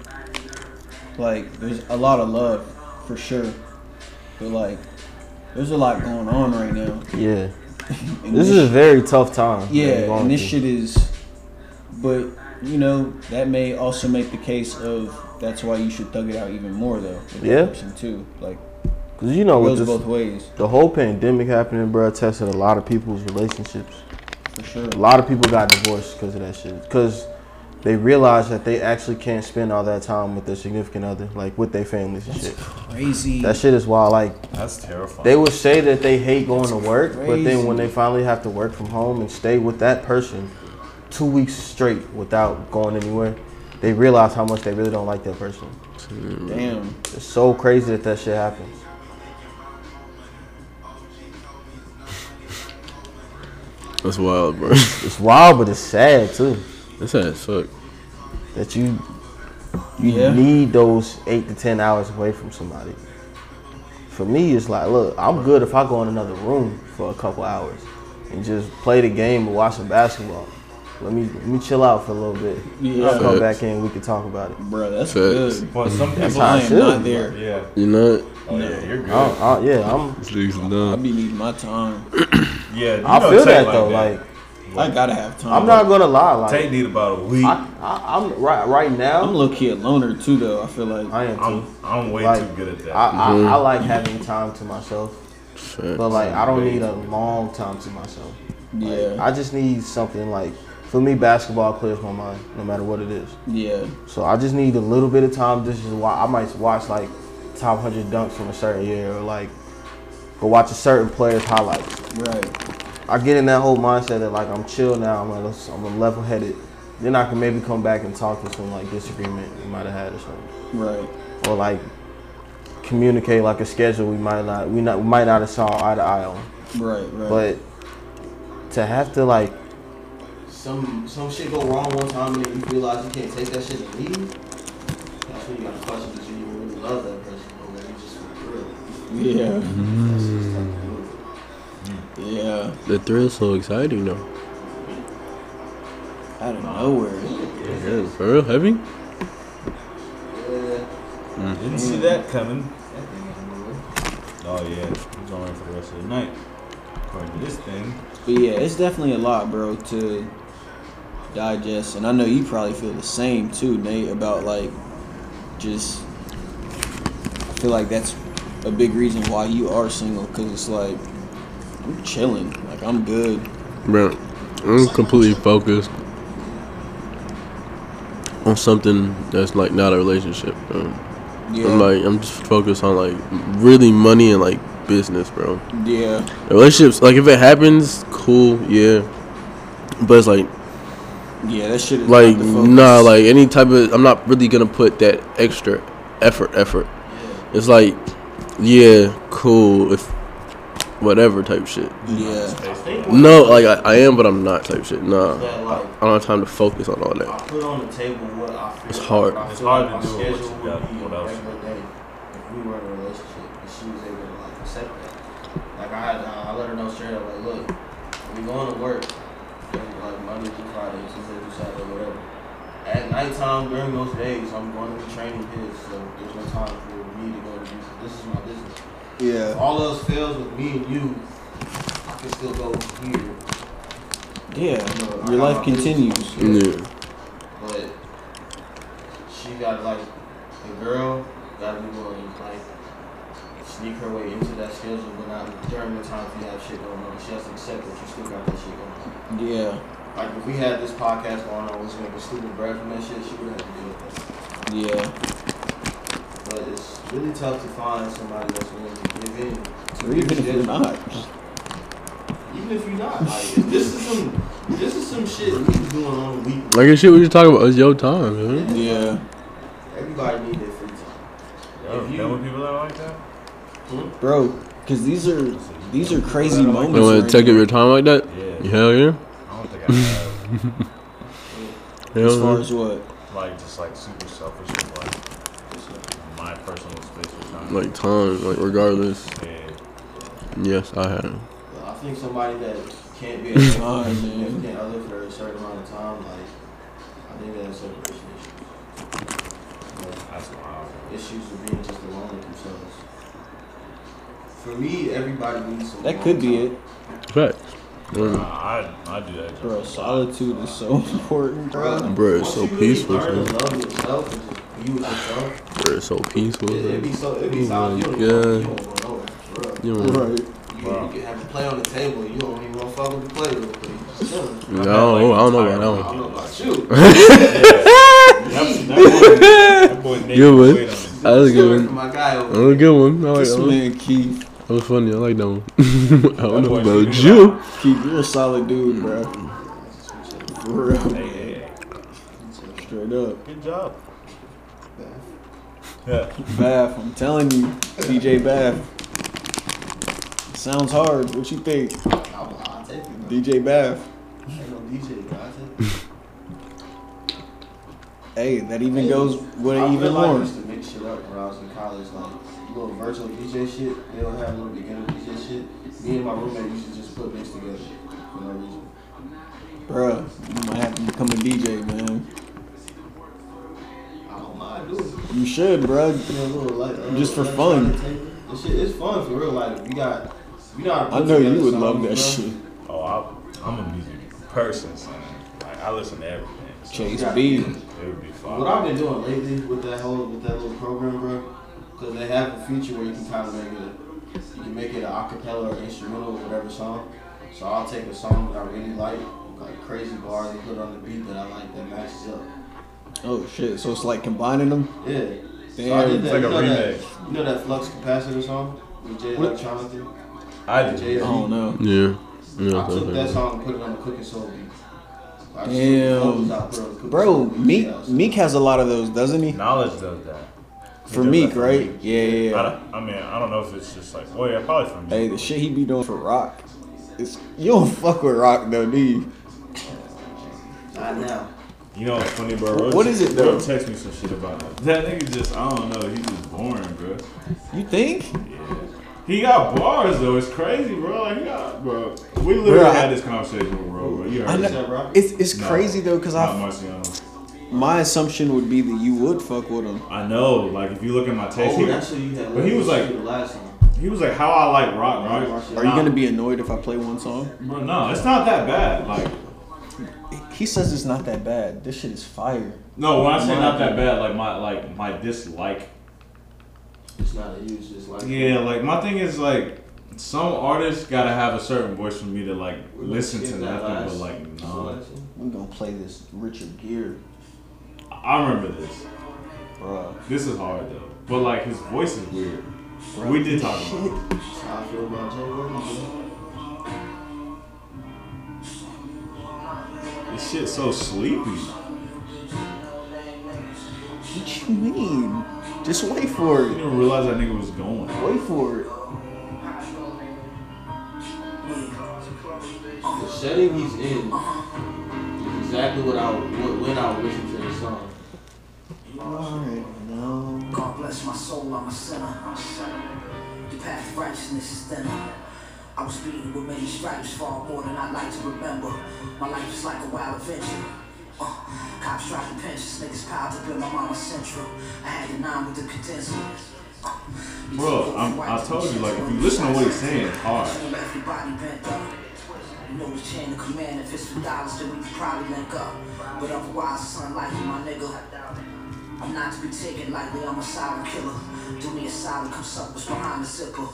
like, there's a lot of love for sure, but like, there's a lot going on right now.
yeah.
And
This is a very tough time. that we're
yeah,
going
and this
through.
shit is. But you know that may also make the case of that's why you should thug it out even more though. With
Yeah.
that person too. Like
Cause you know
goes
with this,
both ways
the whole pandemic happening, bro, it tested a lot of people's relationships.
for sure.
A lot of people got divorced because of that shit. Cause they realized that they actually can't spend all that time with their significant other, like with their families and shit.
Crazy.
That shit is wild. Like
That's terrifying.
They would say that they hate going to work, but
crazy.
then when they finally have to work from home and stay with that person two weeks straight without going anywhere, they realize how much they really don't like that person.
Damn.
It's so crazy that that shit happens.
That's wild, bro.
It's wild, but it's sad too
That's how it suck.
that you you
Yeah.
need those eight to ten hours away from somebody. For me, it's like, look, I'm good if I go in another room for a couple hours and just play the game or watch some basketball. Let me let me chill out for a little bit.
Yeah.
I'll come
Facts.
back in. We can talk about it.
Bro, that's
Facts.
good.
but some people,
how
I
it
am
should
not
be.
there.
yeah,
You know,
oh, yeah, you're good.
I, I, yeah, I'm.
it's literally
I
done.
be needing my time.
yeah, you
I
know
feel
Tate
that though. Like
I gotta have time.
I'm not gonna lie. Like
Tate need about a week.
I,
I,
I, I'm right right
I'm
now.
low key a loner too though. I feel like
I am
am
too.
I'm way
Like,
too good at that.
I, I, I like having time to myself, but like I don't need a long time to myself.
yeah,
I just need something like for me basketball clears my mind no matter what it is.
yeah,
So I just need a little bit of time. This is why I might watch like top hundred dunks from a certain year or like go watch a certain player's highlights.
right.
I get in that whole mindset that like I'm chill now. I'm like I'm level headed. Then I can maybe come back and talk to some like disagreement we might have had or something,
Right.
or like communicate like a schedule we might not we not we might not have saw eye to eye on.
Right, right.
But to have to like
Some some shit go wrong one time and then you realize you can't take that shit and leave. That's when you got to question because you didn't really love that person or that you just for real.
yeah.
Mm.
Yeah.
The thrill's so exciting though.
Out of nowhere.
Yeah, for real, heavy.
Didn't see that coming. Oh yeah, I'm going for the rest of the night. According to this thing,
But yeah, it's definitely a lot, bro, to digest. And I know you probably feel the same too, Nate, about like just. I feel like that's a big reason why you are single, because it's like, I'm chilling. Like, I'm good.
Bro, I'm completely focused on something that's like not a relationship, bro.
Yeah.
I'm like, I'm just focused on like really money and like business, bro.
yeah.
Relationships, like if it happens, cool, yeah. But it's like,
Yeah, that shit is.
like
not the focus.
nah, like any type of, I'm not really gonna put that extra effort, effort. It's like, yeah, cool, if whatever type shit.
Yeah.
No, like I, I am, but I'm not type shit. Nah,
That like
I don't have time to focus on all that.
I put on the table what I feel.
It's hard.
what I
It's
feel
hard
like
to
my
do what
schedule
you got-
would be
what else.
every day If we were in a relationship, and she was able to like accept that. Like I had, uh, I let her know straight up, like, look, we going to work, every, like Monday through Friday, Tuesday through Saturday, whatever. At nighttime during those days, I'm going to be training kids, so there's no time for me to go to business. This is my business. If
Yeah.
all else fails with me and you, I can still go here.
Yeah. Your life continues.
Yeah,
But she got like the girl got to be willing. Like
sneak her way into that schedule without during the times we have shit going on. She has to accept that you still got that shit going on.
Yeah,
Like if we had this podcast going on, was making stupid breath from that shit, she would have to deal with that.
yeah.
But it's really tough to find somebody that's willing to give in. To
Or even
your
if you're
schedule.
not,
Even if you're not, like if this is some this is some shit we be doing on the weekly.
Like, shit, what you talking about? It's your time, man.
yeah.
Everybody need their free time.
Yo,
If you-
know what people that like that?
bro. Because these are these are crazy moments.
You don't want to take up
right
your time like that?
Yeah.
Hell yeah.
I don't think I have
Hell
now. As far
yeah.
as what?
like just like super selfish with like just, like, my personal space or time.
Like, time, like, regardless.
yeah.
Yes, I have.
Well, I think somebody that can't be a
Fine, man.
significant other for a certain amount of time, like I think that's separation issues.
That's wild.
Issues of being just alone with themselves. For me, everybody needs some.
That could be it,
Fact.
Nah,
Mm.
I I do that. Just
bro. Solitude is so important, bro.
Bro, it's so
Once you
peaceful,
Really learn
son.
to love yourself and just be with yourself.
Bro, it's so peaceful.
It, it'd be
son.
so. It'd be
Oh
solid. You don't
my
even- you
God.
don't want over. For real.
You know,
Right.
You, you can have a play on the table. You don't even want to fuck with the play real quick. You just chilling.
I don't know, I don't know about that
I
one.
don't know about you.
That, that boy, that boy Nick
Good one.
wait on it.
That was a good
Chilling for
one.
my guy over
That was a good one. I like
This
that one.
man Keith,
That was funny. I like that one. I don't know
boy
about
should be
you.
Keith, you're a solid dude, bro. For real,
Hey, hey, hey.
straight up.
Good job.
Bath, I'm telling you, DJ Bath. Sounds hard. What you think,
I'll, I'll take it. man.
DJ Bath?
Ain't no DJ, but I'll take it.
Hey, that even goes with
I
it even
realized I
more.
used to mix shit up when I was in college, like little virtual DJ shit. They don't have little beginner DJ shit. Me and my roommate used to just put mix together for no reason.
Bruh, you might have to become a DJ, man.
I don't mind doing it.
You should, bruh.
You know, little light, uh,
Just for
electronic
fun.
tape. This shit is fun for real. Like we got, we know. how to
I
put
know
together
you would
songs,
love that
bro.
shit.
Oh, I, I'm a music person, son. Like I listen to everything. So
Chase B.
It would be fun.
What I've been doing lately with that whole with that little program, bro, because they have a feature where you can kind of make it, you can make it an acapella or instrumental or whatever song. So I'll take a song that I really like, like crazy bars, and put it on the beat that I like that matches up.
Oh shit! So it's like combining them.
Yeah. so I
Damn,
did
it's
that.
like
you,
a
know
remix.
that you know that flux capacitor song with Jay
What?
Electronica.
I do.
Jay Z.
Oh no.
Yeah.
I
Yeah.
took that
okay.
song and put it on the cooking soul beat. I just took the
Damn.
vocals out, put it on the Cooking Soul
Bro,
beat.
Meek
Yeah, so-
Meek has a lot of those, doesn't he?
Knowledge does that.
For
does
Meek,
that.
right? Yeah, yeah.
I,
yeah.
don't- I mean, I don't know if it's just like, oh yeah, probably for me.
Hey, the shit he be doing for Rock. It's, you don't fuck with Rock though, do you?
Not now.
You know what's funny, bro? Ro-
What is it,
Ro
though?
Text me some shit about that. That nigga just, I don't know. He was boring, bro.
You think?
He got bars though. It's crazy, bro. Like, he got, bro. We literally
Bro, I-
had this conversation with Ro. Bro. You heard
I
this.
that
know.
Rock?
It's it's
No.
crazy though, cause
Not
I
Marciano.
my assumption would be that you would fuck with him.
I know. Like, if you look at my taste,
Oh,
he-
that's what you had.
but he was like-
the last one.
He was like, "How I like rock, right?"
Are you gonna be annoyed if I play one song?
Bro, no, it's not that bad. Like,
He says it's not that bad. This shit is fire.
no, when I say not that bad, like my like my dislike.
It's not a use. It's like
Yeah, like my thing is like some artists gotta have a certain voice for me to like listen to nothing but like no.
We're gonna play this Richard Gere,
I remember this.
bruh.
This is hard though, but like his voice is weird.
Bruh,
We did
this
talk about
shit-
That's how I feel about Jay Williams.
This shit's so sleepy.
What you mean? Just wait for
I
it.
didn't even realize that nigga was going.
Wait for it.
The setting he's in is exactly what I what, when I would listen to the song.
Alright, no.
God bless my soul, I'm a sinner. The path of righteousness is thinner. I was beaten with many stripes, far more than I'd like to remember. My life is like a wild adventure. Uh, cops dropping pensions, niggas piled up in my mama's central. I had the nine with the condenser. Uh, you
Bro,
took
I'm,
over
I
white
told you, like, if
attention.
you listen to what he's saying, it's hard.
Assume everybody bent up. You know it's chain of command. If it's for dollars, then we could probably link up. But otherwise, it's unlikely, my nigga. I'm not to be taken lightly, I'm a silent killer. Do me a solid, come suck what's behind the zipper.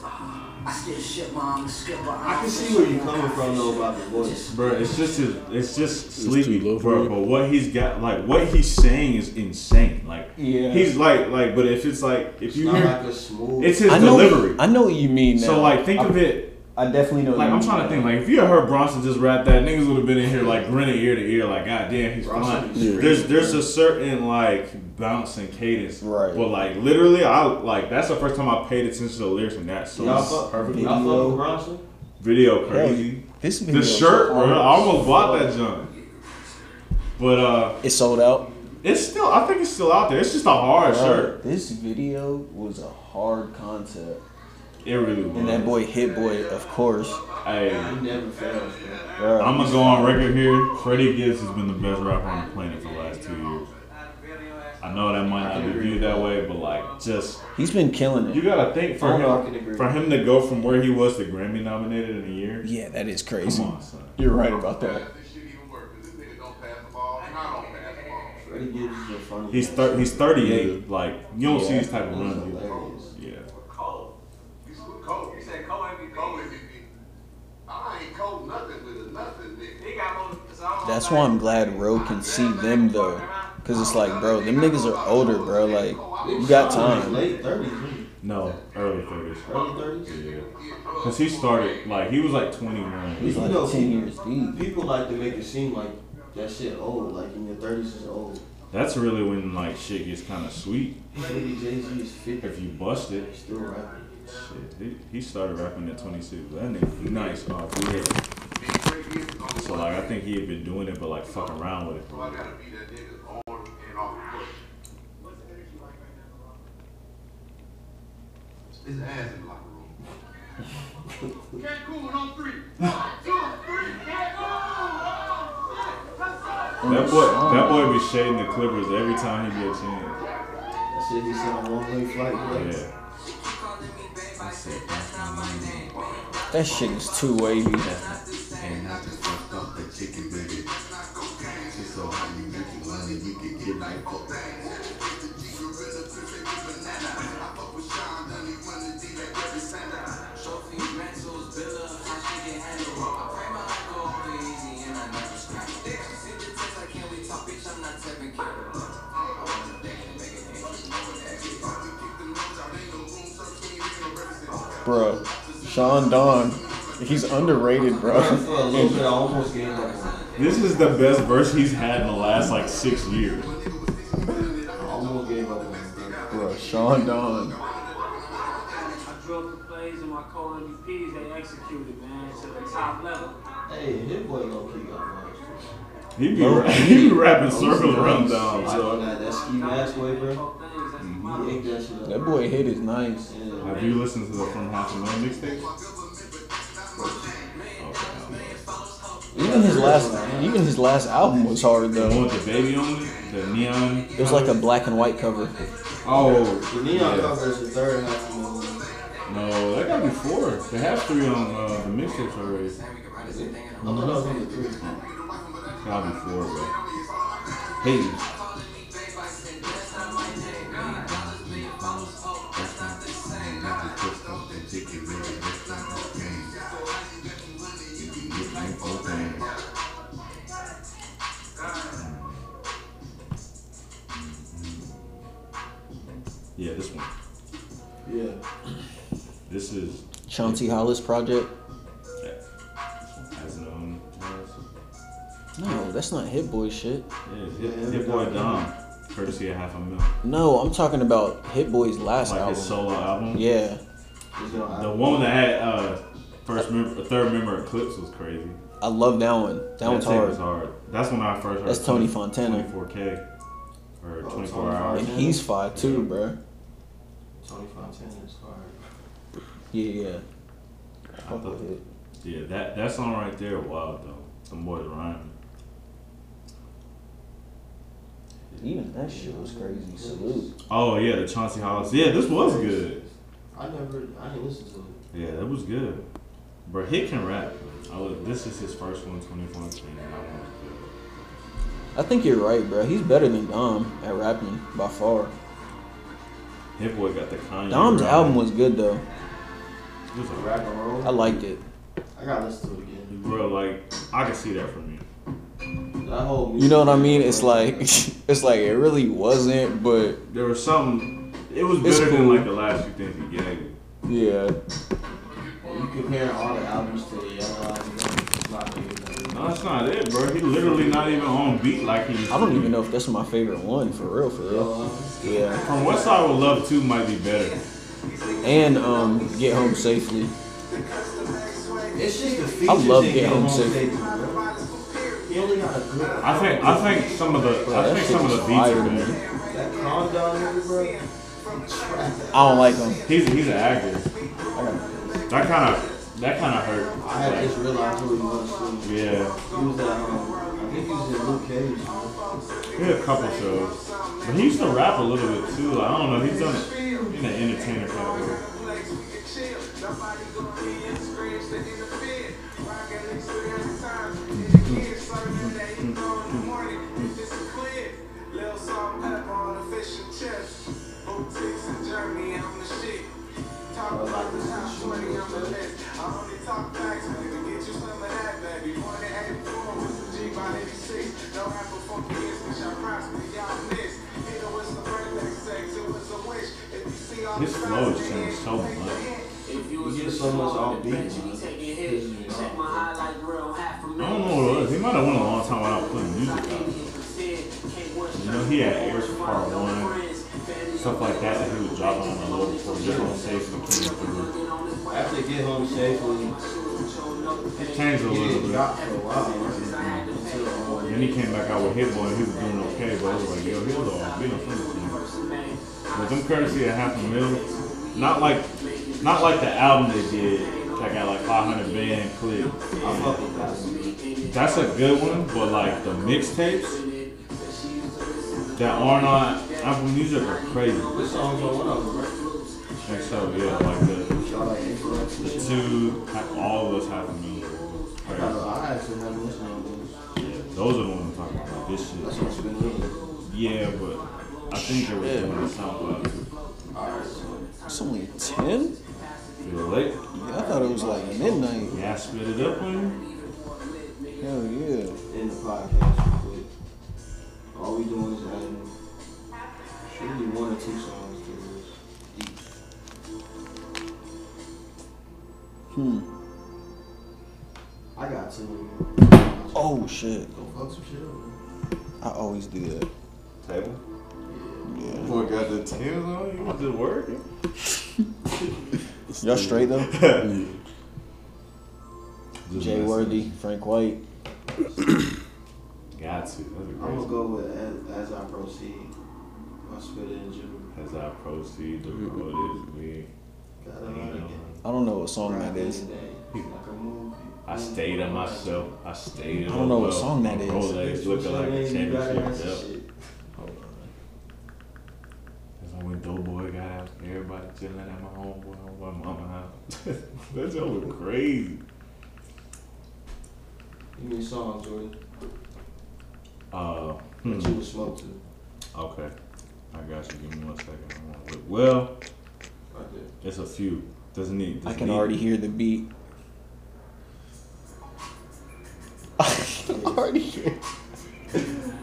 I still shit my arm the skipper.
I can see where you're coming from though about the voice.
Bro, it's just his, it's just sleepy,
too low for
bro.
me.
But what he's got, like what he's saying, is insane. Like
Yeah.
he's like, like, but if it's like, if
It's
you
not
hear,
like a smooth.
it's his
I know.
delivery.
I know what you mean. Now.
so like, think
I,
of it.
I definitely know. what
Like
you
I'm
mean
trying
now.
to think. Like if you had heard Bronson just rap that, niggas would have been in here like grinning ear to ear. Like God damn, he's
Bronson
flying.
is Yeah.
There's there's a certain like bounce and cadence.
Right.
But like literally, I like that's the first time I paid attention to the lyrics in that song.
y'all fuck,
Perfect.
y'all fuck
Video.
with Bronson?
Video crazy.
This
The
video is
shirt, bro. I
hard.
almost bought that junk. But uh.
It sold out.
It's still, I think it's still out there. It's just a hard shirt.
This video was a hard concept,
It really
and that
was.
boy Hit Boy, of course.
Hey,
He never fails, man.
Bruh.
I'm gonna go on record here. Freddie Gibbs has been the best rapper on the planet for the last two years. I know that might not be viewed that way, but like, just
He's been killing
you
it.
gotta think for
I don't know, I can
him
agree.
for him to go from where he was to Grammy nominated in a year.
Yeah, that is
Come
crazy.
on, son.
You're right about that.
This shit even work, 'cause this nigga don't pass the ball, and I don't pass the ball.
Freddie Gibbs is a funny.
He's
guy.
thir- he's 38. Like you don't see these type of
He's
runs.
hilarious.
Yeah.
Cole. You said Cole. You said Cole MVP. Cole MVP. I ain't Cole nothing with a nothing, nigga. He got more. it's all
That's
on
why
me.
I'm glad Roe can see them though, cause it's like, bro, them niggas are older, bro. Like, you got time.
Late 30s,
No, early 30s.
early 30s.
Yeah. Cause he started like he was like 21.
He's like
You know,
ten years deep.
People like to make it seem like that shit old, like in your 30s is old.
That's really when like shit gets kind of sweet.
Maybe Jay Z is 50,
If you bust it,
he's still rapping.
shit, he, he started rapping at 26. That nigga nice off the head. So like I think he had been doing it, but like fucking around with it.
I gotta be that nigga on and off the court. His ass in the locker room. Can't cool on three. One, two, three. Can't cool. Oh, shit. Let's go.
That boy, that boy be shading the Clippers every time he gets in.
That shit he said on one way flight. Like,
Yeah,
That shit is too wavy. Bro, Sean Don, he's underrated,
for a little bit, I almost gave up. on him.
this is the best verse he's had in the last like six years.
I almost gave up on him, bro.
Bro, Sean Don.
I drew up the plays and my co-MVPs, they executed, man, to the top level.
Hey, hit boy low key got bars.
He be, ra- he be rapping circle rundowns.
I
So
that, that ski mask way, bro.
Both things, that's the
He
model.
ate that shit
Mm-hmm. That
up.
boy hit is nice.
Yeah.
have you listened to the From Half a Million mixtape?
Even his last, even his last album was hard
The one
though.
with the baby on it, the neon.
It was like a black and white cover.
Oh,
The neon cover is the third half of the movie.
No, that gotta be four. They have three on uh, the mixtapes already.
I thought that was only three.
Gotta be four, bro. Hey, yeah, this one.
Yeah.
This is
Chauncey Hollis project.
as an own.
No, that's not Hit Boy shit.
Yeah, hit, hit boy Dom, courtesy of half a mil,
No, I'm talking about Hit Boy's last
like his
album.
solo album.
Yeah,
It's your
The
eye.
one that had uh, first member, third member Eclipse was crazy.
I love that one. That one's
tape
hard.
was hard. That's when I first heard.
That's Tony Fontana.
24K or
Oh,
24
Tony
hours.
And he's five too, bro.
Tony Fontana is hard.
Yeah, yeah.
I
Fuck
thought-
with it.
yeah, that that song right there, wild though. Them boys rhyming.
Even that shit was crazy. Salute.
Oh yeah, the Chauncey Hollis. Yeah, this was good.
I never, I didn't listen to it.
Yeah, that was good. But he can rap. I was, this is his first one, 24 and I was good.
I think you're right, bro. He's better than Dom at rapping by far.
Hit boy got the Kanye.
Dom's
rap.
album was good though.
It was a rap.
Rock and roll.
I liked it.
I gotta listen to it again.
Bro, like I can see that from you.
That whole
You know what I mean? It's like it's like it really wasn't, but
There was something. It was
It's
better than
cool.
like the last few things he gave. you.
yeah.
you compare all the albums to the Yellow Line. It's not good.
No, that's not it, bro. He literally not even on beat like he.
I don't even know if that's my favorite one for real, for real. Yeah.
From West Side with Love Two might be better.
And um, get home safely.
It's just the features.
I love
in
Get Home Safe.
Safe, bro. He only got a good
I think I think some of the
Bro,
I
that
think
shit
some of the
was
beats
fire
are
to me.
better.
that calm down nigga, bro.
I don't like him.
He's he's an actor. That kind of that kind of hurt.
I had
Like,
just realized who he was. too.
yeah,
He was at um, I think he was in Luke Cage. bro.
he had a couple shows, but he used to rap a little bit too. I don't know. He's done it in an entertainer kind of way. His flow has changed so much.
If you was
He
the
gets so much off beat,
bitch, you
man.
take your hit. Check my highlight reel, half a
I
minute.
don't know what it was. He might have went a long time without putting music out.
You
You know, he had airs for part one, stuff like that that he was dropping on the low for different safe and clean through.
After Get Home Safely,
It changed a
he didn't
little bit.
drop for a while. bro. Until, um,
Then he came back out with Hit Boy and he was doing okay, but it was like, yo, he was all being a fool. But them currency at half a mil, not like, not like the album they did that got like 500 billion clip.
I fuck with that one.
That's a good one, but like the mixtapes that aren't on Apple Music are crazy.
This song's on one of them, right?
Like so, yeah, like the,
Y'all like influences.
the two, ha- all of us have a million.
I
Crazy.
don't know, I actually haven't listened to those.
Yeah, those are the ones I'm talking about. Like this shit.
That's what you been listening
Yeah, but I think there was yeah. one on SoundCloud. too.
to. Alright, so.
It's only ten.
Feel late?
Yeah, I thought it was like midnight.
Yeah, I spit it up on you.
Hell yeah.
in the podcast real quick. All we doing is adding surely one or two songs to this each. Hmm. I got two.
Oh shit.
Go fuck some shit up.
I always do that.
Table.
Yeah.
Boy got the tins on. You was just working.
Y'all straight though?
Just
Jay
messing.
Worthy, Frank White.
Got to. That's a
I'm
great.
gonna go with as, as I proceed. I spit it in June.
As I proceed, the road is me. Um,
Got it again.
I don't know what song that is.
Like a movie.
I stayed on myself. I stayed.
I don't know what song that is.
Rolex looking like a
You got
championship
that
belt.
shit.
That's like when Doughboy got out. Everybody chilling at my homeboy, homeboy, mama house. That's over crazy.
Give me a song, Jordan.
Uh,
Hmm.
That you would smoke to.
okay. I got you. Give me one second. I'm gonna look. Well,
Right there.
it's a few. Doesn't need.
I
doesn't
can
need-
already hear the beat. I can already hear.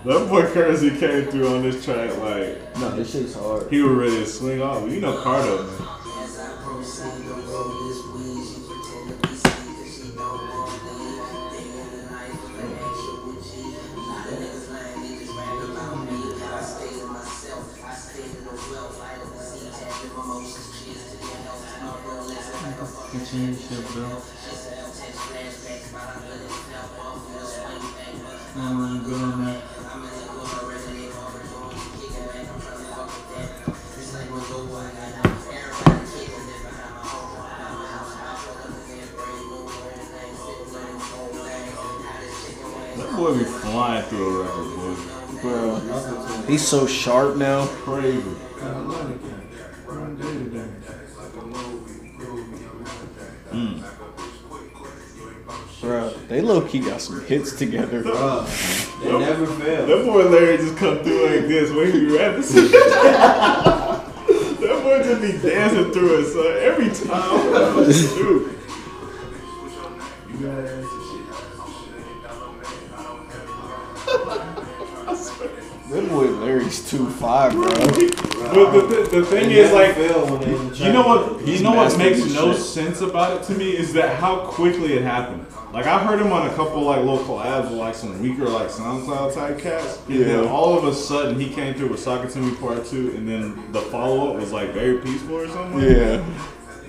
That boy currency came through on this track like
No, this shit's hard.
he was ready to swing off. You know Cardo, man.
As I proceed, the road is weed. She pretend to be sweet, and she don't want me. Thing in the night, but I ain't shit with you. A lot of niggas lying, they just rap about me. I stay to myself, I stay to the wealth. I don't see that in my emotions. Cheers to their health. My Rolex is like a fucking championship belt. It's a L10 flashback, but I'm good as hell. Off in the swing back, but I'm really good on that. I'm in the good already. They over the road, kicking back. I'm trying to fuck with that. It's like when Lil Wayne got out. Everybody kicking it behind my own. I'm out. I pull up in that brand new brand thing, sitting on the whole thing. How this chicken wing.
That boy be flying through a record, boy.
Bro, he's so sharp now.
Crazy.
Bro, They low key got some hits together.
Bruh, they never fail.
That boy Larry just come through like this when he raps. that boy just be dancing through it, son. Every time. bro. Dude.
You gotta answer shit.
That boy Larry's too five, bro.
But the, the, the thing
They
is,
never
like,
fail when they in the
you know
track.
what? You
He's
know what
mastering
makes
this
no
shit.
sense about it to me is that how quickly it happened. Like I heard him on a couple like local ads, with, like some weaker like SoundCloud type cats, and then
Yeah.
all of a sudden he came through with Socket to Me Part Two, and then the follow up was like very peaceful or something.
Yeah.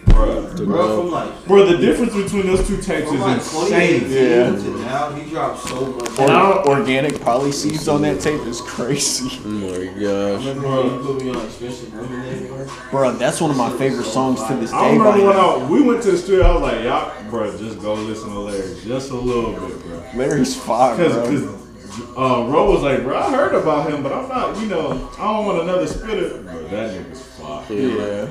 Bruh.
Bro, from like
Bro, the difference between those two tapes
from
is
like
insane.
2018
Yeah.
to now, he dropped so much.
And I don't-
Organic poly seeds on that tape is crazy.
Oh my gosh.
Remember when you put me on especially Lemonade, bro?
Bro, that's one of my favorite songs to this day.
I remember
by
when
now.
I, we went to the studio, I was like, y'all, bro, just go listen to Larry just a little bit, bro.
Larry's five,
Because
bro.
uh, Ro was like, bro, I heard about him, but I'm not, you know, I don't want another spitter. Bro, that nigga's fly.
Yeah.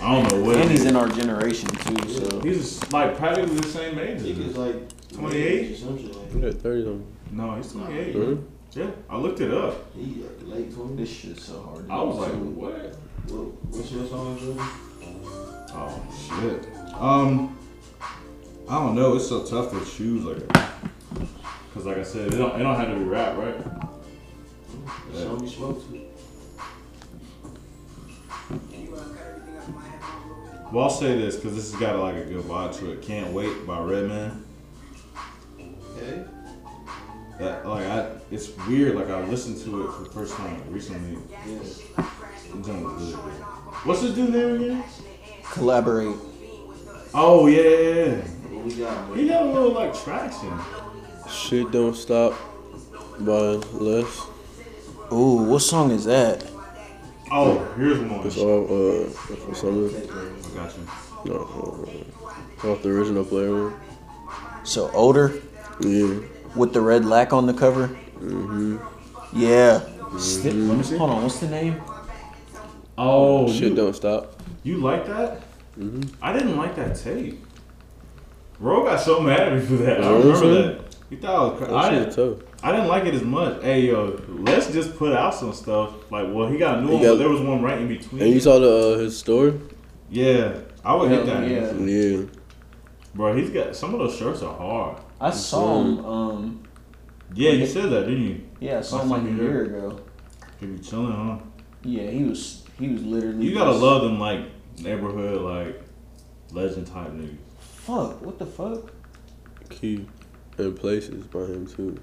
I don't know what.
And
it
he's
is.
in our generation too, so
He's like practically the same age. as
Niggas
us.
like
28?
or something like
I'm at 30 something.
No, he's 28.
Mhm.
Yeah, I looked it up.
that. He like late 20s.
this shit's so hard. to
I was
do.
like, what?
What, what's your song, bro?
Oh shit. Um, I don't know. It's so tough to choose, like, cause like I said, it don't, it don't have to be rap, right? Yeah.
Show me smoke to.
Well, I'll say this because this has got like a good vibe to it. Can't wait by Redman.
Okay.
That like I, it's weird. Like I listened to it for the first time recently. It's doing good. What's this dude name again?
collaborate.
Oh yeah, yeah,
What we got,
yeah.
bro?
He got a little like traction.
Shit don't stop by less.
Ooh, what song is that?
Oh, here's one.
It's all uh for summer.
I got you.
No, uh, off the original player one.
So older
Yeah.
with the red lack on the cover. Mm-hmm. Yeah.
Let me see.
Hold on, what's the name?
Oh,
Shit
you-
don't stop.
You like that? I didn't like that tape. Ro got so mad at me for that. I
Really,
remember
sir?
that. He thought I was cra- I,
That shit's
didn't,
tough.
I didn't like it as much. Hey, yo, let's just put out some stuff. Like, well, he got a new
He
one,
got-
but there was one right in between.
And you saw the uh, his story?
yeah, I would hit that.
yeah.
Yeah.
Bro, he's got some of those shirts are hard.
I saw him. Um,
Yeah, you said that, didn't you?
yeah, I saw him like
Last
a
time you
year
heard.
ago.
You be chilling, huh?
Yeah, he was. He was literally.
You gotta
just-
love them like neighborhood, like legend type niggas.
Fuck! What the fuck?
Key. And places by him too.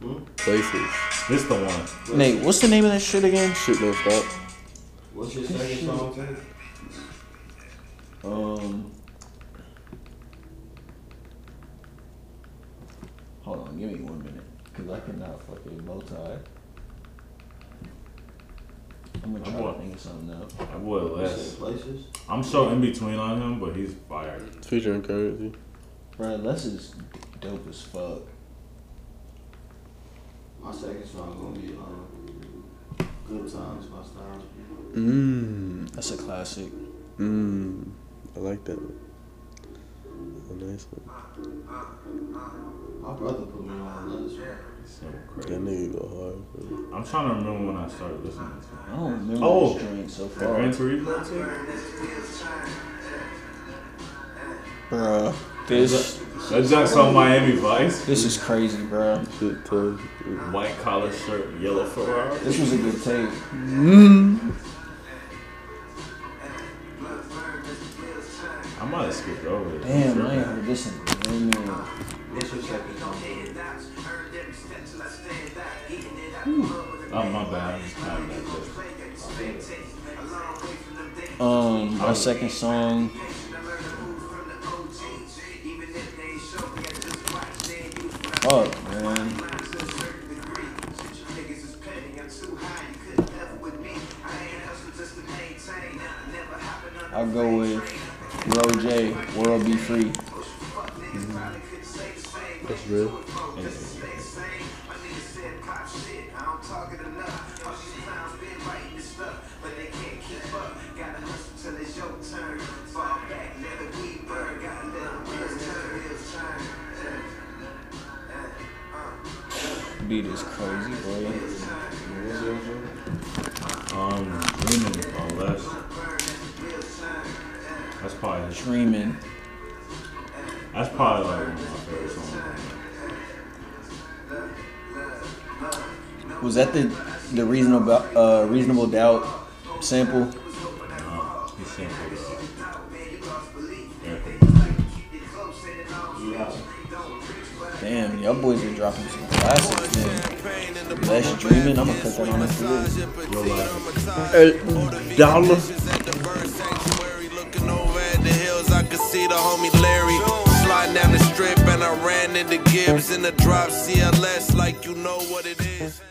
Hmm?
Places.
This the one.
Nate, what's the name of that shit again?
Shit don't stop.
What's your second song, Tank?
Um. Hold on, give me one minute, cause I cannot fucking multi. I'm gonna try
What?
to think of something now.
That boy
You said
less.
Places?
I'm so in between on him, but he's fired.
It's featuring currency.
Bro, Les is dope as fuck.
My second song gonna be um, Good Times by Styles.
Mmm.
That's a classic.
Mmm. I like that one. A nice one.
My brother put me on another song.
So crazy.
That nigga go hard. Bro.
I'm trying to remember when I started listening to
I don't remember
Oh.
this joint so far.
Gran Turismo too.
Bruh, this
That's not some Miami Vice.
this is crazy, bruh.
Shit tough.
White collar shirt, yellow Ferrari.
This was a good tape.
I might have skipped over it.
Damn,
Sure.
I ain't heard this in a minute.
What's your second song?
Oh my bad. I'm just kind of like
Um, my second song. Fuck, man. I'll go with Ro J, World Be Free.
That's real.
this. beat is crazy, boy. Um, dreaming, oh, that's that's probably
Dreaming.
that's probably like one of my favorite songs.
Was that the the reasonable uh, reasonable doubt sample?
He sampled uh,
Damn, y'all boys are dropping some classics, man. Less dreaming, I'm gonna put that on this list.
A dollar.
Looking over at the hills, I could see the homie Larry. Sliding down the strip, and I ran into Gibbs in the drop CLS like you know what it is.